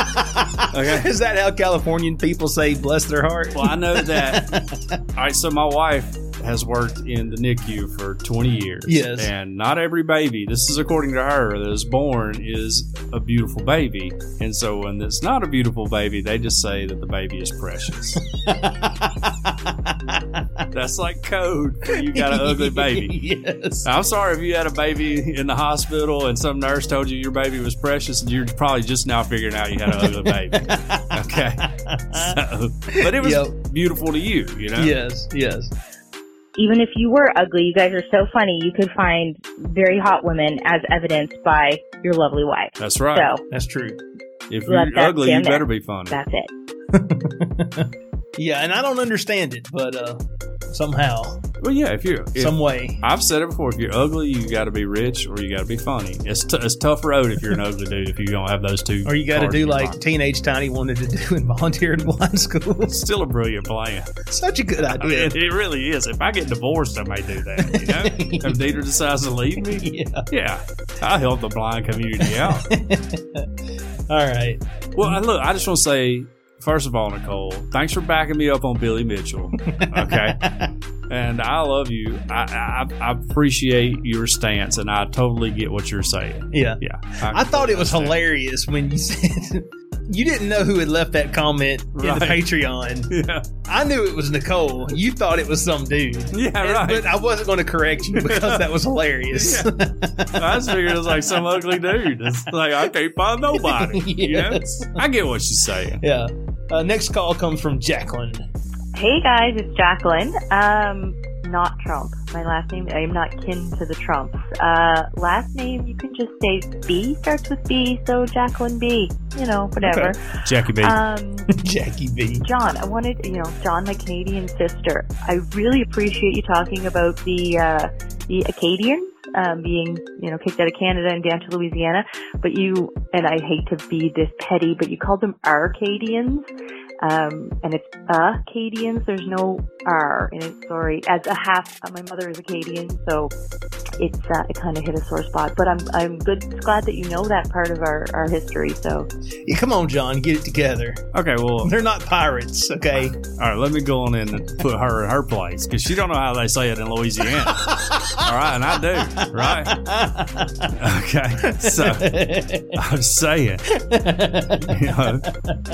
S3: Okay.
S2: Is that how Californian people say bless their heart?
S3: Well, I know that. All right. So my wife has worked in the NICU for 20 years.
S2: Yes.
S3: And not every baby, this is according to her, that is born is a beautiful baby. And so when it's not a beautiful baby, they just say that the baby is precious. That's like code for you got an ugly baby.
S2: yes.
S3: I'm sorry if you had a baby in the hospital and some nurse told you your baby was precious and you're probably just now figuring out you had an ugly baby. Okay. So, but it was
S2: Yep.
S3: beautiful to you, you know?
S2: Yes, yes.
S6: even if you were ugly, you guys are so funny. You could find very hot women as evidenced by your lovely wife.
S3: That's right.
S6: So
S2: That's true.
S3: if
S6: Love
S3: you're
S6: that
S3: ugly, you
S6: damn it.
S3: better be funny.
S6: that's it.
S2: Yeah, and I don't understand it, but uh, somehow,
S3: Well, yeah, if you're if,
S2: some way,
S3: I've said it before. If you're ugly, you got to be rich or you got to be funny. It's t- it's a tough road if you're an ugly dude if you don't have those two.
S2: or you got to
S3: cards
S2: do
S3: in your
S2: like
S3: mind.
S2: teenage Tiny wanted to do and volunteer in blind schools.
S3: Still a brilliant plan.
S2: Such a good
S3: I mean,
S2: idea.
S3: it really is. If I get divorced, I may do that. You know, if Dieter decides to leave me,
S2: yeah.
S3: yeah, I help the blind community out.
S2: All right.
S3: Well, I- look, I just want to say, first of all, Nicole, thanks for backing me up on Billy Mitchell. Okay. and I love you. I, I, I appreciate your stance, and I totally get what you're saying.
S2: Yeah.
S3: Yeah.
S2: I thought it was hilarious when you said you didn't know who had left that comment in
S3: Right.
S2: the Patreon.
S3: Yeah.
S2: I knew it was Nicole. You thought it was some dude.
S3: Yeah, right.
S2: But I wasn't going to correct you because that was hilarious.
S3: I just figured it was like some ugly dude. It's like, I can't find nobody. You know?
S2: Yes.
S3: I get what she's saying.
S2: Yeah. Uh, next call comes from Jacqueline.
S7: Hey guys, it's Jacqueline. Um, not Trump. My last name, I'm not kin to the Trumps. Uh, last name, you can just say B starts with B, so Jacqueline B. You know, whatever.
S3: Jackie B.
S6: Uh,
S7: Um,
S2: Jackie B.
S7: John, I wanted, you know, John, my Canadian sister. I really appreciate you talking about the uh, the Acadians um, being, you know, kicked out of Canada and down to Louisiana. But you and I hate to be this petty, but you called them Arcadians, um, and it's Acadians. There's no R in it. Sorry. As a half, uh, my mother is Acadian, so it's uh, it kind of hit a sore spot. But I'm I'm good. Glad that you know that part of our our history. So
S2: Yeah, come on, John, get it together. Oh,
S3: Okay, well, all
S2: They're not pirates, okay?
S3: right, let me go on in and put her in her place because she don't know how they say it in Louisiana. all right, and I do, right? Okay, so I'm saying, you know,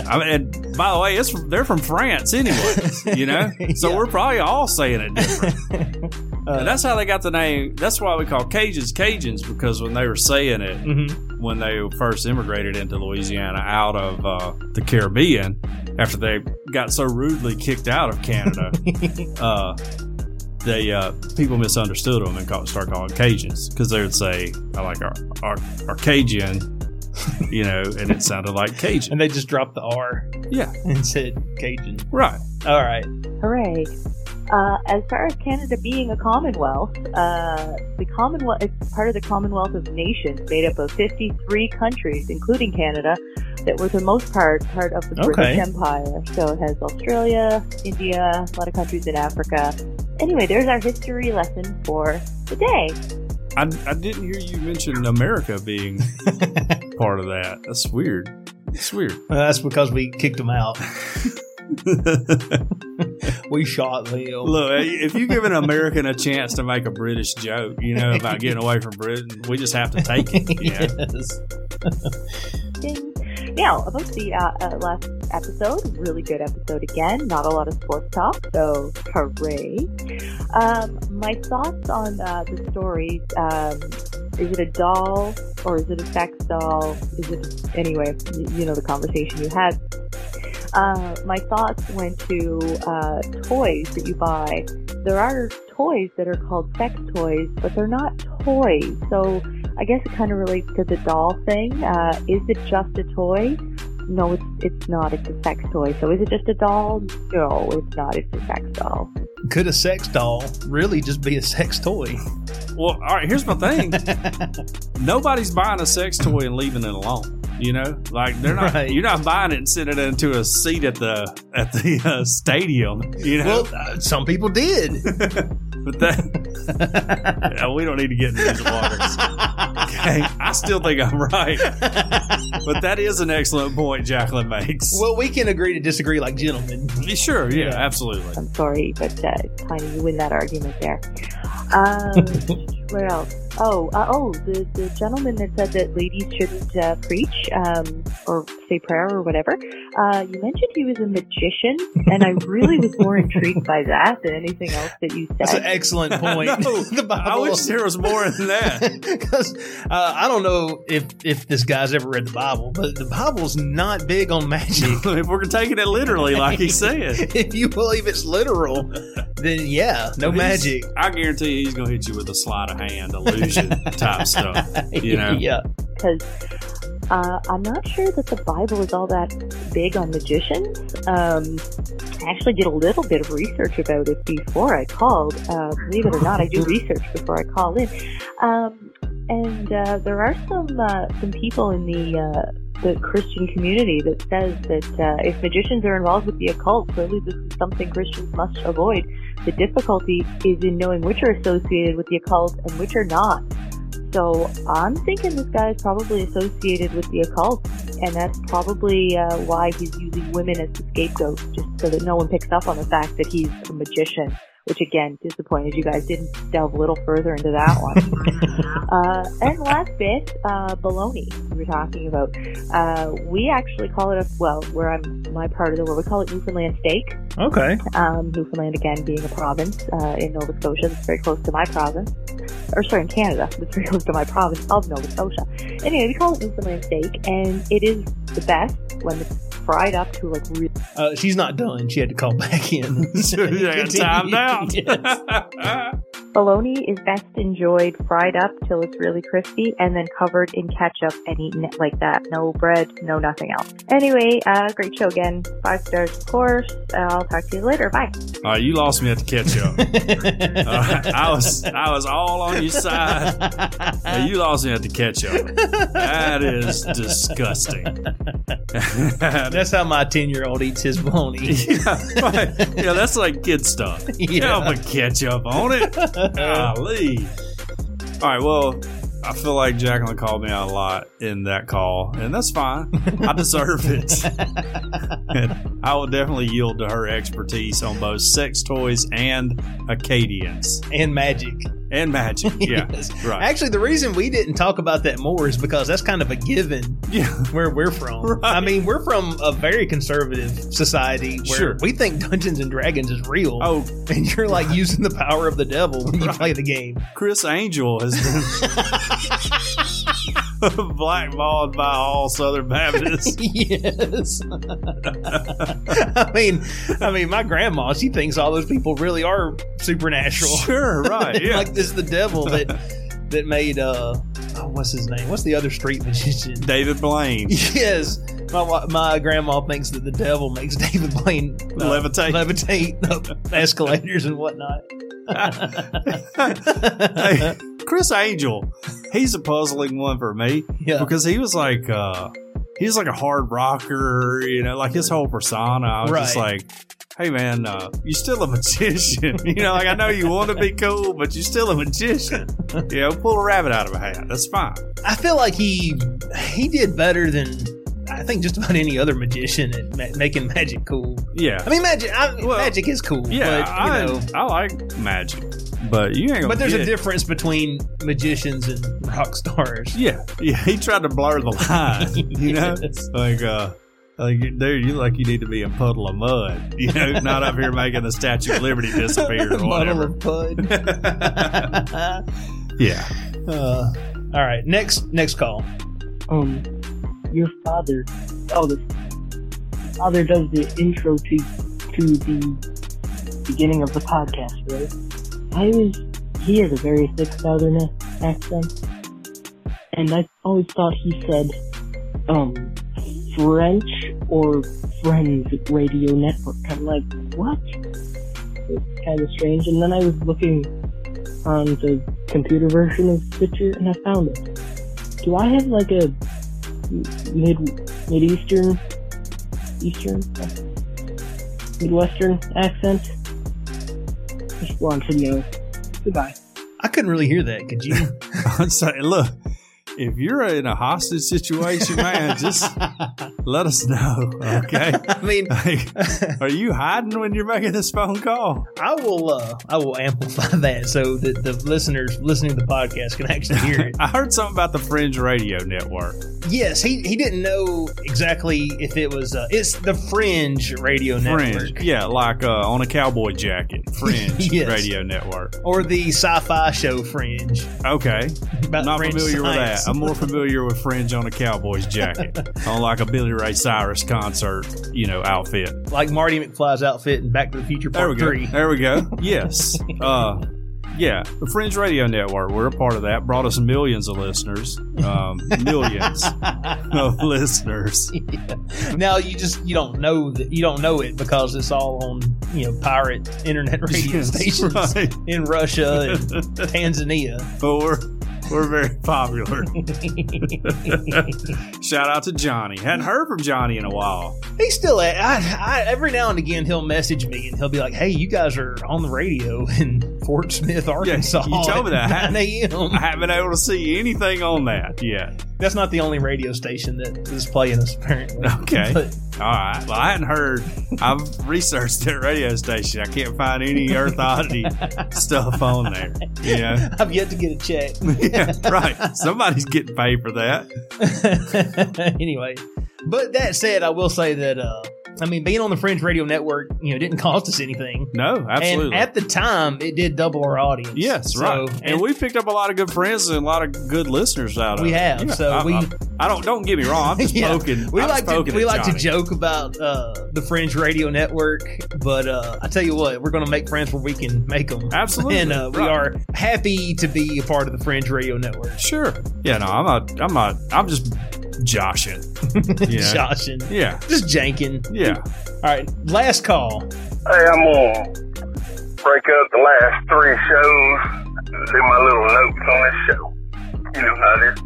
S3: I mean, and by the way, it's from, they're from France anyway, you know, so
S2: Yeah.
S3: we're probably all saying it different. and that's how they got the name. That's why we call Cajuns Cajuns because when they were saying it,
S2: Mhm.
S3: when they first immigrated into Louisiana out of uh, the Caribbean after they got so rudely kicked out of Canada. uh, they uh, people misunderstood them and called, started calling them Cajuns because they would say, "I like our our, our Cajun," you know, and it sounded like Cajun.
S2: And they just dropped the R
S3: Yeah,
S2: and said Cajun.
S3: right.
S2: All right.
S7: Hooray. Uh, as far as Canada being a commonwealth, uh, the Commonwealth it's part of the Commonwealth of Nations, made up of 53 countries, including Canada, that were the most part part of the
S2: Okay.
S7: British Empire. So it has Australia, India, a lot of countries in Africa. Anyway, there's our history lesson for today.
S3: I, I didn't hear you mention America being part of that. That's weird. It's weird.
S2: Well, that's because we kicked them out. we shot them.
S3: Look, eh, if you give an American a chance to make a British joke, you know, about getting away from Britain, we just have to take it. You know?
S2: Yes.
S7: Ding. Now, about the uh, uh, last episode, really good episode again. Not a lot of sports talk, so hooray. Um, my thoughts on uh, the story um, is it a doll or is it a sex doll? Is it, anyway, you, you know the conversation you had. Uh, my thoughts went to uh, toys that you buy. There are toys that are called sex toys, but they're not toys. So, I guess it kind of relates to the doll thing. Uh, is it just a toy? No, it's it's not. It's a sex toy. So is it just a doll? No, it's not. It's a sex doll.
S2: Could a sex doll really just be a sex toy?
S3: Well, all right, here's my thing. Nobody's buying a sex toy and leaving it alone. You know, like they're not.
S2: Right.
S3: You're not buying it and sitting it into a seat at the at the uh, stadium. You know,
S2: Well, uh, some people did.
S3: but that Yeah, we don't need to get into these waters. Okay, I still think I'm right, but that is an excellent point Jacqueline makes.
S2: well, we can agree to disagree like gentlemen.
S3: sure, yeah,
S2: Yeah.
S3: absolutely.
S7: I'm sorry, but uh, Tiny, you win that argument there. Um, where else? Oh, uh, oh, the, the gentleman that said that ladies shouldn't uh, preach um, or say prayer or whatever. Uh, you mentioned he was a magician, and I really was more intrigued by that than anything else that you said.
S2: That's an excellent point.
S3: No,
S2: the
S3: I
S2: Bible.
S3: wish there was more than that.
S2: Because uh, I don't know if, if this guy's ever read the Bible, but the Bible's not big on magic.
S3: if we're taking it literally, like he said.
S2: if you believe it's literal, then yeah, no
S3: He's-
S2: magic.
S3: I guarantee you he's gonna hit you with a sleight of hand illusion type stuff. You know,
S2: yeah.
S7: because Uh, I'm not sure that the Bible is all that big on magicians. Um, I actually did a little bit of research about it before I called. Uh, believe it or not, I do research before I call in. Um, and uh, there are some uh, some people in the uh, the Christian community that says that uh, if magicians are involved with the occult, clearly this is something Christians must avoid. The difficulty is in knowing which are associated with the occult and which are not. So I'm thinking this guy is probably associated with the occult, and that's probably uh, why he's using women as the scapegoat, just so that no one picks up on the fact that he's a magician. Which again, disappointed you guys didn't delve a little further into that one. uh, and last bit, uh, baloney. We were talking about. Uh, we actually call it a well, where I'm my part of the world, we call it Newfoundland steak
S2: Okay.
S7: um, Newfoundland again being a province uh, in Nova Scotia that's very close to my province, or sorry, in Canada that's very close to my province of Nova Scotia. Anyway, we call it Newfoundland steak, and it is the best when it's fried up to like really.
S2: Uh, she's not done. She had to call back in.
S3: So you got timed out.
S2: Yes.
S7: Bologna is best enjoyed fried up till it's really crispy and then covered in ketchup and eaten it like that. No bread, no nothing else. Anyway, uh, great show again. Five stars, of course. Uh, I'll talk to you later. Bye.
S3: All right, you lost me at the ketchup. Uh, I was I was all on your side. Now, you lost me at the ketchup. That is disgusting.
S2: That's how my 10 year old eats his baloney.
S3: yeah, yeah, that's like kid stuff. Yeah, I'm gonna catch up on it. Golly. All right, well, I feel like Jacqueline called me out a lot in that call, and that's fine. I deserve it. And I will definitely yield to her expertise on both sex toys and Acadians
S2: and magic.
S3: and magic. Yeah,
S2: Yes.
S3: right.
S2: Actually, the reason we didn't talk about that more is because that's kind of a given
S3: yeah,
S2: where we're from.
S3: Right.
S2: I mean, we're from a very conservative society where
S3: Sure.
S2: we think Dungeons and Dragons is real.
S3: Oh,
S2: And you're like using the power of the devil when you play the game.
S3: Chris Angel has been blackballed by all Southern Baptists.
S2: yes. I mean, I mean, my grandma, she thinks all those people really are supernatural.
S3: Sure, right. Yeah.
S2: like this is the devil that that made uh oh, what's his name? What's the other street magician?
S3: David Blaine.
S2: Yes, my wa- my grandma thinks that the devil makes David Blaine uh,
S3: Levitate.
S2: levitate up escalators and whatnot.
S3: Hey, Chris Angel, he's a puzzling one for me
S2: yeah,
S3: because he was like, uh, he's like a hard rocker, you know, like his whole persona. I was just
S2: Right.
S3: like, hey man, uh, you're still a magician. you know, like I know you want to be cool, but you're still a magician. You know, pull a rabbit out of a hat. That's fine.
S2: I feel like he he did better than I think just about any other magician at ma- making magic cool.
S3: Yeah.
S2: I mean, magic I,
S3: Well,
S2: magic is cool,
S3: Yeah.
S2: but you know.
S3: I, I like magic, but you ain't gonna
S2: But there's a
S3: get-
S2: difference between magicians and rock stars.
S3: Yeah, yeah. He tried to blur the line. You know,
S2: Yes.
S3: like uh, like dude, you like you need to be in puddle of mud. You know, not up here making the Statue of Liberty disappear or
S2: Muddle
S3: whatever.
S2: of pud. uh,
S3: Yeah.
S2: all right, next next call.
S8: um, your father, oh, the father does the intro to to the beginning of the podcast, right? I was he has a very thick southern accent, and I always thought he said, um, French or Friends Radio Network. I'm like, what? It's kind of strange. And then I was looking on the computer version of Stitcher, and I found it do I have like a mid mid eastern eastern midwestern accent? Just want to know. Goodbye.
S2: I couldn't really hear that. Could you?
S3: I'm saying, look, if you're in a hostage situation, man, just let us know, okay?
S2: I mean,
S3: Like, are you hiding when you're making this phone call?
S2: I will. Uh, I will amplify that so that the listeners listening to the podcast can actually hear it.
S3: I heard something about the Fringe Radio Network.
S2: yes, he he didn't know exactly if it was. Uh, it's the Fringe Radio
S3: Fringe,
S2: Network
S3: yeah, like uh, on a cowboy jacket. Fringe
S2: Yes.
S3: Radio Network.
S2: or the Sci-Fi Show Fringe.
S3: Okay,
S2: About
S3: not
S2: Fringe
S3: familiar with that.
S2: science.
S3: I'm more familiar with fringe on a cowboy's jacket, on like a Billy Ray Cyrus concert, you know, outfit.
S2: like Marty McFly's outfit in Back to the Future
S3: There we
S2: Part
S3: go.
S2: Three.
S3: There we go. Yes. Uh, yeah, the Fringe Radio Network, we're a part of that, brought us millions of listeners. Um, millions of listeners.
S2: Now you just you don't know that you don't know it because it's all on you know pirate internet radio
S3: Yes,
S2: stations
S3: right.
S2: in Russia and Tanzania.
S3: But we're, we're very popular. Shout out to Johnny. Hadn't heard from Johnny in a while.
S2: He's still at. I, I, every now and again he'll message me and he'll be like, "Hey, you guys are on the radio in Fort Smith, Arkansas."
S3: you told me
S2: at
S3: that.
S2: 9 a.m.
S3: I haven't been able to see anything on that yet.
S2: That's not the only radio station that is playing us, apparently.
S3: Okay.
S2: But
S3: All right. Well, I hadn't heard. I've researched that radio station. I can't find any Earth Oddity stuff on there. Yeah.
S2: I've yet to get a check.
S3: yeah. Right. Somebody's getting paid for that.
S2: anyway, but that said, I will say that uh, I mean, being on the Fringe Radio Network, you know, didn't cost us anything.
S3: No, absolutely.
S2: And at the time, it did double our audience.
S3: yes,
S2: So-
S3: right. And,
S2: And we
S3: we picked up a lot of good friends and a lot of good listeners out of
S2: We
S3: it.
S2: have, so
S3: I,
S2: we-
S3: I, I don't. Don't get me wrong. I'm just
S2: Yeah.
S3: poking. I'm
S2: like to
S3: poking
S2: we
S3: at
S2: like to
S3: Johnny.
S2: joke about uh, the Fringe Radio Network, but uh, I tell you what, we're going to make friends where we can make them.
S3: Absolutely.
S2: and uh, we
S3: Right.
S2: are happy to be a part of the Fringe Radio Network.
S3: Sure. Yeah. No, I'm not. I'm not. I'm just joshing. Yeah.
S2: Joshing,
S3: Yeah.
S2: just janking.
S3: Yeah.
S2: All right, last call.
S9: Hey, I'm gonna break up the last three shows, do my little notes on this show. You know how this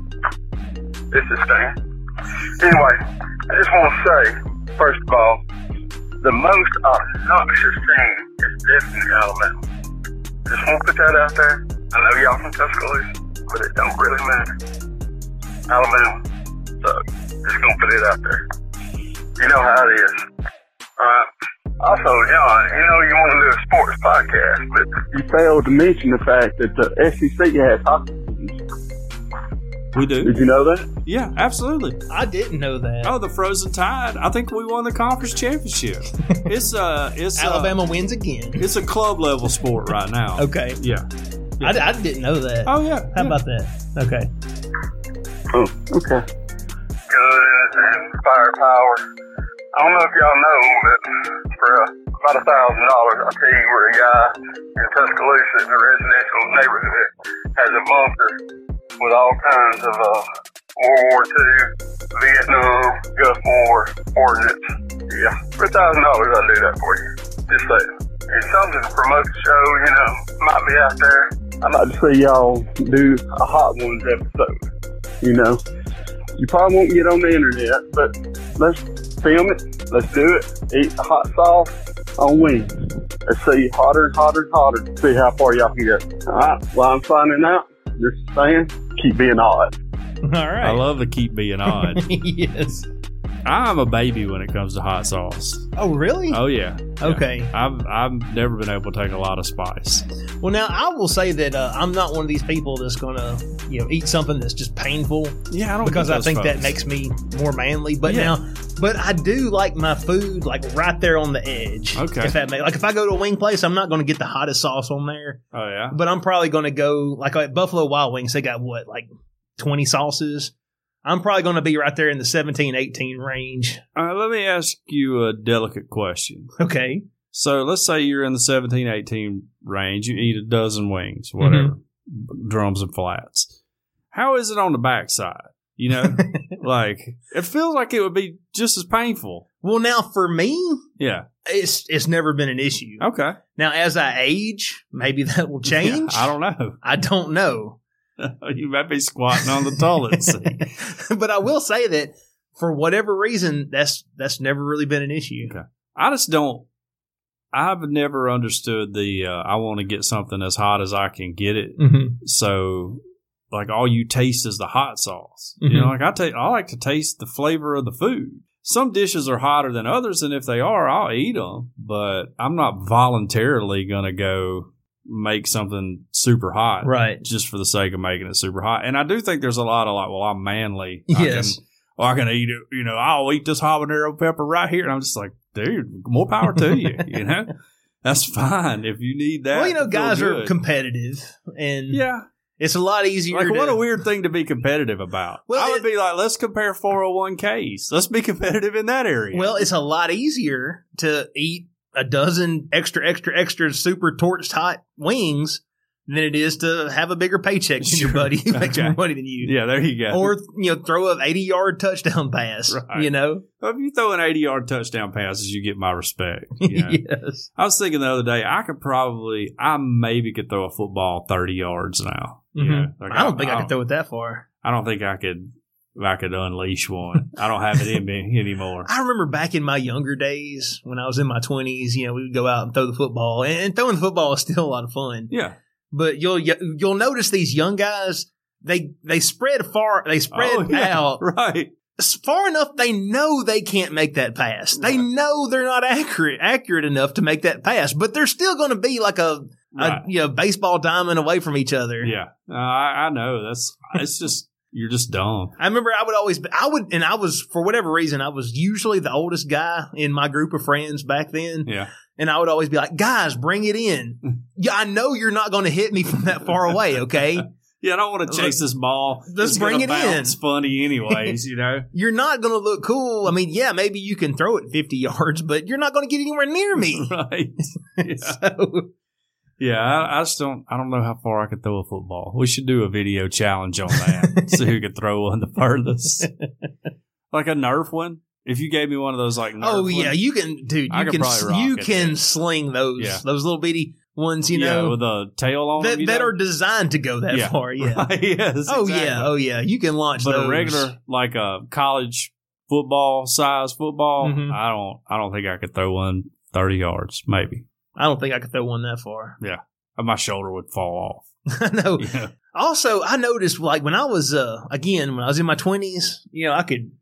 S9: this is thing. Anyway, I just want to say, first of all, the most obnoxious thing is definitely Alabama. Just want to put that out there. I know y'all from Tuscaloosa, but it don't really matter. Alabama, so just gonna put it out there. You know how it is. Alright. Uh, Also, John, you know you want to do a sports podcast, but you failed to mention the fact that the SEC has hockey.
S3: We do.
S9: Did you know that?
S3: Yeah. Absolutely.
S2: I didn't know that.
S3: Oh, the Frozen Tide! I think we won the conference championship. it's uh, it's uh,
S2: Alabama wins again.
S3: it's a club level sport right now.
S2: Okay,
S3: Yeah.
S2: I, I didn't know that.
S3: Oh yeah.
S2: How
S3: yeah.
S2: about that? Okay.
S9: Oh, okay. Good and firepower. I don't know if y'all know, but for uh, about a thousand dollars, I'll tell you where a guy in Tuscaloosa in a residential neighborhood has a bunker with all kinds of uh, World War II, Vietnam, Gulf War ordnance. Yeah, for a thousand dollars, I'll do that for you. Just say it. It's something to promote the show, you know, might be out there. I'd like to see y'all do a Hot Ones episode you know. You probably won't get on the internet, but let's film it. Let's do it. Eat hot sauce on wings. Let's see hotter, hotter, hotter. See how far y'all can get. All right. Well, I'm finding out. Just saying, keep being odd.
S2: All right.
S3: I love the keep being odd.
S2: yes.
S3: I'm a baby when it comes to hot sauce.
S2: Oh, really?
S3: Oh yeah.
S2: Okay.
S3: I've I've never been able to take a lot of spice.
S2: Well, now I will say that uh, I'm not one of these people that's gonna, you know, eat something that's just painful
S3: Yeah, I don't
S2: because
S3: get
S2: I
S3: those
S2: think that
S3: folks.
S2: makes me more manly. But
S3: Yeah.
S2: now, but I do like my food like right there on the edge.
S3: Okay.
S2: If that makes like if I go to a wing place, I'm not gonna get the hottest sauce on there,
S3: Oh yeah.
S2: but I'm probably gonna go like at Buffalo Wild Wings. They got what like 20 sauces. I'm probably gonna be right there in the 17, 18 range.
S3: Uh, let me ask you a delicate question.
S2: Okay.
S3: So let's say you're in the 17, 18 range. You eat a dozen wings, whatever, drums and flats. How is it on the backside? You know, like it feels like it would be just as painful.
S2: Well, now for me,
S3: Yeah.
S2: it's it's never been an issue.
S3: Okay.
S2: Now, as I age, maybe that will change.
S3: Oh. Yeah, I don't know.
S2: I don't know.
S3: you might be squatting on the toilet seat.
S2: but I will say that for whatever reason, that's that's never really been an issue.
S3: Okay. I just don't. I've never understood the uh, I want to get something as hot as I can get it.
S2: Mm-hmm.
S3: So, like, all you taste is the hot sauce.
S2: Mm-hmm.
S3: You know, like I take, I like to taste the flavor of the food. Some dishes are hotter than others, and if they are, I'll eat them. But I'm not voluntarily gonna go make something super hot
S2: Right.
S3: just for the sake of making it super hot. And I do think there's a lot of like, well, I'm manly.
S2: Yes.
S3: I can, well, I can eat it. You know, I'll eat this habanero pepper right here. And I'm just like, dude, more power to you. You know, that's fine if you need that.
S2: Well, you know,
S3: to feel
S2: guys are
S3: good.
S2: competitive, and
S3: yeah.
S2: it's a lot easier.
S3: Like, what
S2: to-
S3: a weird thing to be competitive about.
S2: Well,
S3: I would
S2: it-
S3: be like, let's compare 401ks. Let's be competitive in that area.
S2: Well, it's a lot easier to eat a dozen extra, extra, extra super torched hot wings than it is to have a bigger paycheck than your buddy who makes more money than you.
S3: Yeah, there you go.
S2: Or you know, throw an eighty yard touchdown pass.
S3: Right.
S2: You know,
S3: If you throw an 80 yard touchdown passes, you get my respect. you know?
S2: yes,
S3: I was thinking the other day, I could probably, I maybe could throw a football 30 yards now. You
S2: Mhm.
S3: know? Like,
S2: I don't think I, could throw it that far.
S3: I don't think I could. I could unleash one. I don't have it in me anymore.
S2: I remember back in my younger days when I was in my twenties. You know, we would go out and throw the football, and, and throwing the football is still a lot of fun.
S3: Yeah.
S2: But you'll you'll notice these young guys they they spread far they spread
S3: Oh, yeah.
S2: out
S3: Right.
S2: s- far enough they know they can't make that pass. They know they're not accurate accurate enough to make that pass, but they're still going to be like a,
S3: Right.
S2: a you know baseball diamond away from each other.
S3: Yeah. Uh, I, I know. That's, it's just, you're just dumb.
S2: I remember I would always be- I would and I was for whatever reason I was usually the oldest guy in my group of friends back then.
S3: Yeah.
S2: And I would always be like, "Guys, bring it in! Yeah, I know you're not going to hit me from that far away. Okay,
S3: Yeah. I don't want to chase this ball.
S2: Let's
S3: It's gonna
S2: bring it
S3: bounce
S2: in.
S3: funny, anyways, you know?
S2: you're not going to look cool. I mean, yeah, maybe you can throw it 50 yards, but you're not going to get anywhere near me." Oh,
S3: Right. Yeah.
S2: so,
S3: Yeah, I, I just don't. I don't know how far I could throw a football. We should do a video challenge on that. see who could throw one the furthest. like a Nerf one. If you gave me one of those, like Nerf
S2: Oh
S3: one-
S2: yeah, you can, dude.
S3: I
S2: You
S3: could
S2: can
S3: probably rock
S2: you
S3: it,
S2: can
S3: yeah.
S2: sling those
S3: Yeah.
S2: those little bitty ones, you
S3: Yeah,
S2: know,
S3: with a tail on
S2: that
S3: them, you
S2: that
S3: know?
S2: are designed to go that
S3: Yeah.
S2: far. Yeah.
S3: Right, yes,
S2: Oh
S3: exactly.
S2: yeah. Oh yeah. You can launch
S3: But
S2: those.
S3: a regular, like a college football size football,
S2: Mhm.
S3: I don't. I don't think I could throw one thirty yards. Maybe
S2: I don't think I could throw one that far.
S3: my shoulder would fall
S2: I know.
S3: off. Yeah.
S2: Also, I noticed like when I was uh again when I was in my twenties, you know, I could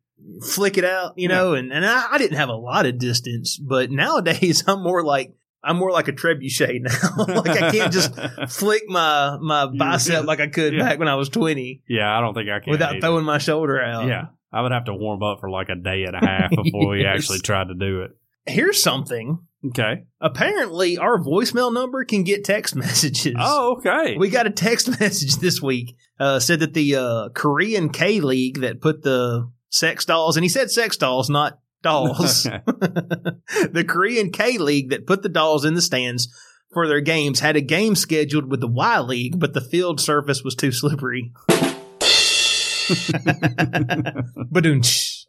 S2: flick it out, you know, and and I, I didn't have a lot of distance, but nowadays I'm more like I'm more like a trebuchet now. like I can't just flick my my bicep like I could
S3: Yeah.
S2: back when I was twenty
S3: yeah, I don't think I can
S2: without
S3: either.
S2: throwing my shoulder out.
S3: Yeah. I would have to warm up for like a day and a half before we
S2: Yes.
S3: actually tried to do it.
S2: Here's something.
S3: Okay.
S2: Apparently, our voicemail number can get text messages.
S3: Oh, okay.
S2: We got a text message this week. Uh, said that the uh, Korean K League that put the sex dolls, and he said sex dolls, not dolls.
S3: Okay.
S2: the Korean K League that put the dolls in the stands for their games had a game scheduled with the Y League, but the field surface was too slippery. Badoonch.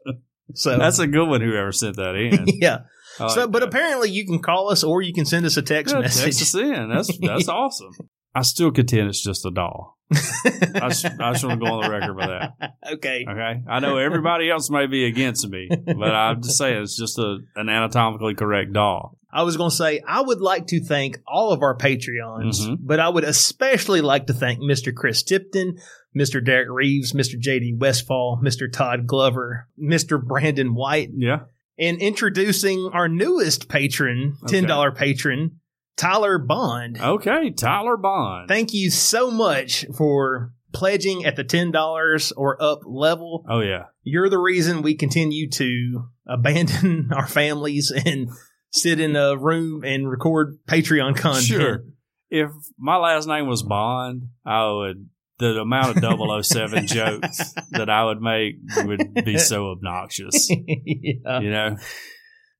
S2: So
S3: That's a good one, whoever sent that in.
S2: yeah.
S3: I like
S2: so, but
S3: that.
S2: apparently, you can call us or you can send us a text
S3: Yeah,
S2: message.
S3: text us in. That's, that's awesome. I still contend it's just a doll. I just, I just want to go on the record for that.
S2: okay.
S3: Okay. I know everybody else may be against me, but I'm just saying it's just a, an anatomically correct doll.
S2: I was going to say, I would like to thank all of our Patreons,
S3: Mhm.
S2: but I would especially like to thank Mr. Chris Tipton, Mr. Derek Reeves, Mr. JD Westfall, Mr. Todd Glover, Mr. Brandon White,
S3: Yeah.
S2: and introducing our newest patron, $10 patron, Tyler Bond.
S3: Okay. Tyler Bond.
S2: Thank you so much for pledging at the $10 or up level.
S3: oh, yeah.
S2: You're the reason we continue to abandon our families and sit in a room and record Patreon content.
S3: Sure. If my last name was Bond, I would the amount of 007 jokes that I would make would be so obnoxious.
S2: Yeah.
S3: You know?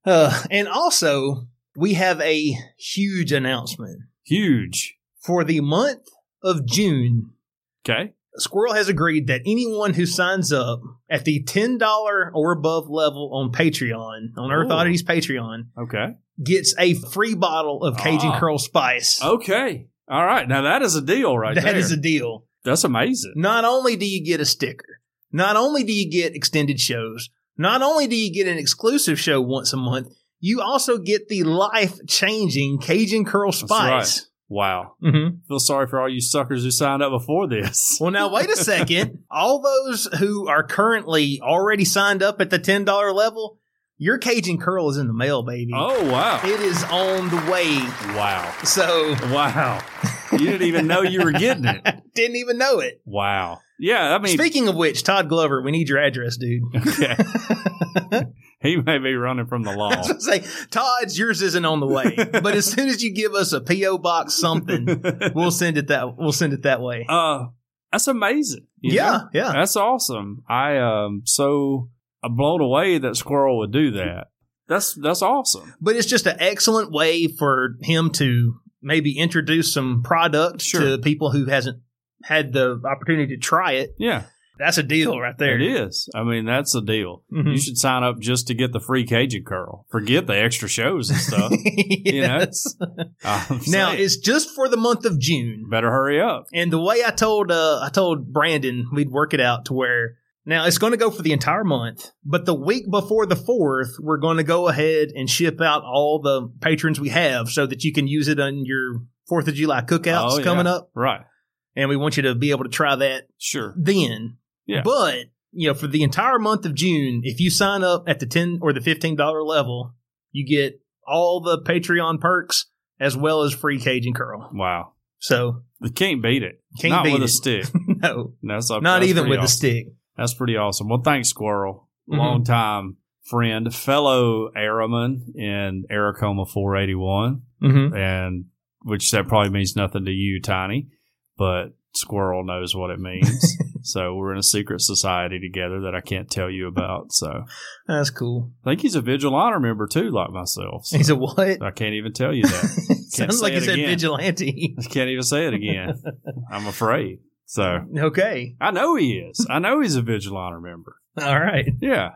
S2: Uh, and also, we have a huge announcement
S3: Huge.
S2: for the month of June.
S3: Okay.
S2: Squirrel has agreed that anyone who signs up at the $10 or above level on Patreon, on Earth
S3: Ooh.
S2: Oddities Patreon,
S3: Okay.
S2: gets a free bottle of Cajun
S3: Ah.
S2: Curl Spice.
S3: Okay. All right. Now that is a deal right
S2: That
S3: there.
S2: is a deal.
S3: That's amazing.
S2: Not only do you get a sticker, not only do you get extended shows, not only do you get an exclusive show once a month, you also get the life changing Cajun Curl Spice.
S3: Wow.
S2: Mhm.
S3: Feel sorry for all you suckers who signed up before this.
S2: Well, now, wait a second. All those who are currently already signed up at the $10 level, your Cajun Curl is in the mail, baby.
S3: Oh, wow.
S2: It is on the way.
S3: Wow.
S2: So,
S3: Wow. You didn't even know you were getting it.
S2: didn't even know it.
S3: Wow. Yeah. I mean,
S2: Speaking of which, Todd Glover, we need your address, dude.
S3: okay. he may be running from the law.
S2: I was gonna say, Todd's yours isn't on the way, but as soon as you give us a PO box something, we'll send it that we'll send it that way.
S3: uh that's amazing you
S2: yeah,
S3: know?
S2: yeah.
S3: that's awesome i um so i'm blown away that squirrel would do that that's that's awesome
S2: But it's just an excellent way for him to maybe introduce some products to people who hasn't had the opportunity to try it.
S3: Yeah.
S2: That's a deal right there.
S3: It is. I mean, that's the deal.
S2: Mhm.
S3: You should sign up just to get the free Cajun curl. Forget the extra shows and stuff. You know? I'm
S2: Now
S3: saying,
S2: it's just for the month of June.
S3: better hurry up.
S2: And the way I told uh, I told Brandon we'd work it out to where now it's going to go for the entire month, but the week before the fourth, we're going to go ahead and ship out all the patrons we have so that you can use it on your Fourth of July cookouts
S3: Oh, yeah.
S2: coming up,
S3: Right.
S2: and we want you to be able to try that
S3: Sure.
S2: then.
S3: Yeah.
S2: But you know, for the entire month of June, if you sign up at the ten or the fifteen dollar level, you get all the Patreon perks as well as free Cajun curl.
S3: Wow.
S2: So
S3: You can't beat it.
S2: Can't
S3: Not
S2: beat
S3: with
S2: it.
S3: a stick.
S2: no,
S3: That's up,
S2: not
S3: that's
S2: even
S3: pretty
S2: with
S3: awesome.
S2: a stick.
S3: That's pretty awesome. Well, thanks, Squirrel.
S2: Mhm.
S3: Long time friend, fellow airman in Aerocoma 481,
S2: Mm-hmm.
S3: and which that probably means nothing to you, Tiny, but Squirrel knows what it means. so we're in a secret society together that I can't tell you about. So
S2: That's cool.
S3: I think he's a Vigil Honor member too, like myself. So
S2: He's a what?
S3: I can't even tell you that.
S2: Sounds
S3: say
S2: like he
S3: it
S2: said
S3: again.
S2: vigilante.
S3: I can't even say it again. I'm afraid. So
S2: okay.
S3: I know he is. I know he's a Vigil Honor member.
S2: All right.
S3: Yeah.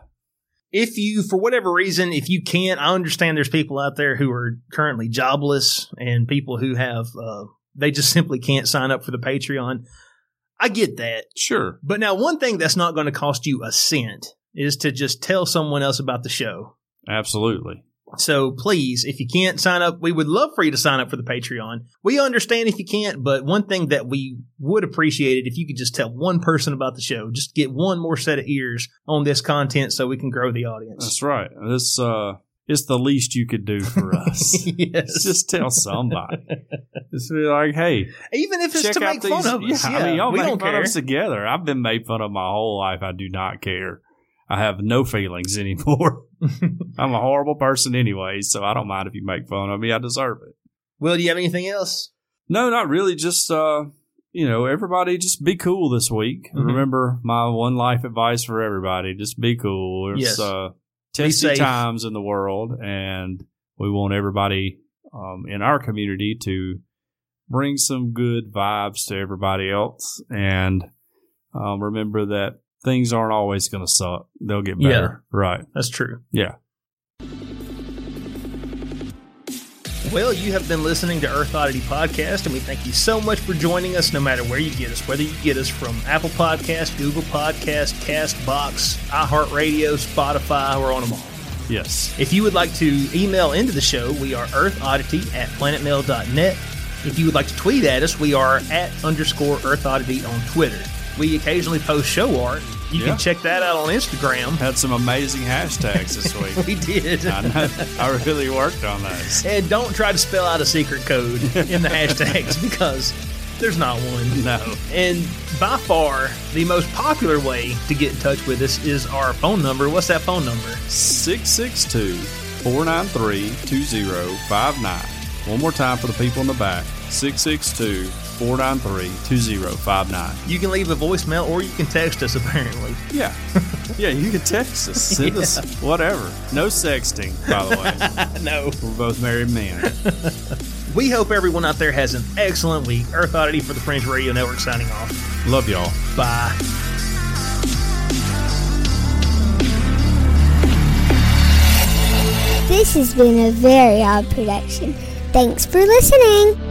S2: If you, for whatever reason, if you can't, I understand there's people out there who are currently jobless and people who have, uh, they just simply can't sign up for the Patreon. I get that.
S3: Sure.
S2: But now, one thing that's not going to cost you a cent is to just tell someone else about the show.
S3: Absolutely.
S2: So please, if you can't sign up, we would love for you to sign up for the Patreon. We understand if you can't, but one thing that we would appreciate it if you could just tell one person about the show, just get one more set of ears on this content so we can grow the audience.
S3: That's right. This uh it's the least you could do for us.
S2: yes.
S3: Just tell somebody. Just be like, hey,
S2: Even if it's
S3: check
S2: to
S3: out
S2: make
S3: these.
S2: fun of us. Yeah,
S3: I mean, y'all
S2: we
S3: make
S2: don't
S3: fun
S2: care.
S3: of us together. I've been made fun of my whole life. I do not care. I have no feelings anymore. I'm a horrible person anyway, so I don't mind if you make fun of me. I deserve it.
S2: Will, do you have anything else?
S3: No, not really. Just uh, you know, everybody just be cool this week.
S2: Mhm.
S3: Remember my one life advice for everybody: just be cool. It's
S2: Yes.
S3: uh,
S2: Be
S3: testy
S2: safe.
S3: times in the world, and we want everybody um, in our community to bring some good vibes to everybody else, and um, remember that things aren't always going to suck. They'll get
S2: Yeah.
S3: better. Right.
S2: That's true.
S3: Yeah.
S2: Well, you have been listening to Earth Oddity Podcast, and we thank you so much for joining us no matter where you get us, whether you get us from Apple Podcast, Google Podcast, Castbox, iHeartRadio, Spotify, we're on them all.
S3: Yes.
S2: If you would like to email into the show, we are earthoddity at planetmail.net. If you would like to tweet at us, we are at underscore earthoddity on Twitter. We occasionally post show art. You
S3: Yeah.
S2: can check that out on Instagram.
S3: Had some amazing hashtags this week.
S2: We did.
S3: I know. I really worked on those.
S2: And don't try to spell out a secret code in the hashtags because there's not one.
S3: No.
S2: And by far, the most popular way to get in touch with us is our phone number. What's that phone number?
S3: 662 493 2059. One more time for the people in the back 662 493 2059.
S2: You can leave a voicemail or you can text us, apparently.
S3: Yeah. Yeah, you can text us, send us whatever. No sexting, by the way.
S2: No.
S3: We're both married men.
S2: We hope everyone out there has an excellent week. Earth Oddity for the Fringe Radio Network signing off.
S3: Love y'all.
S2: Bye.
S10: This has been a very odd production. Thanks for listening.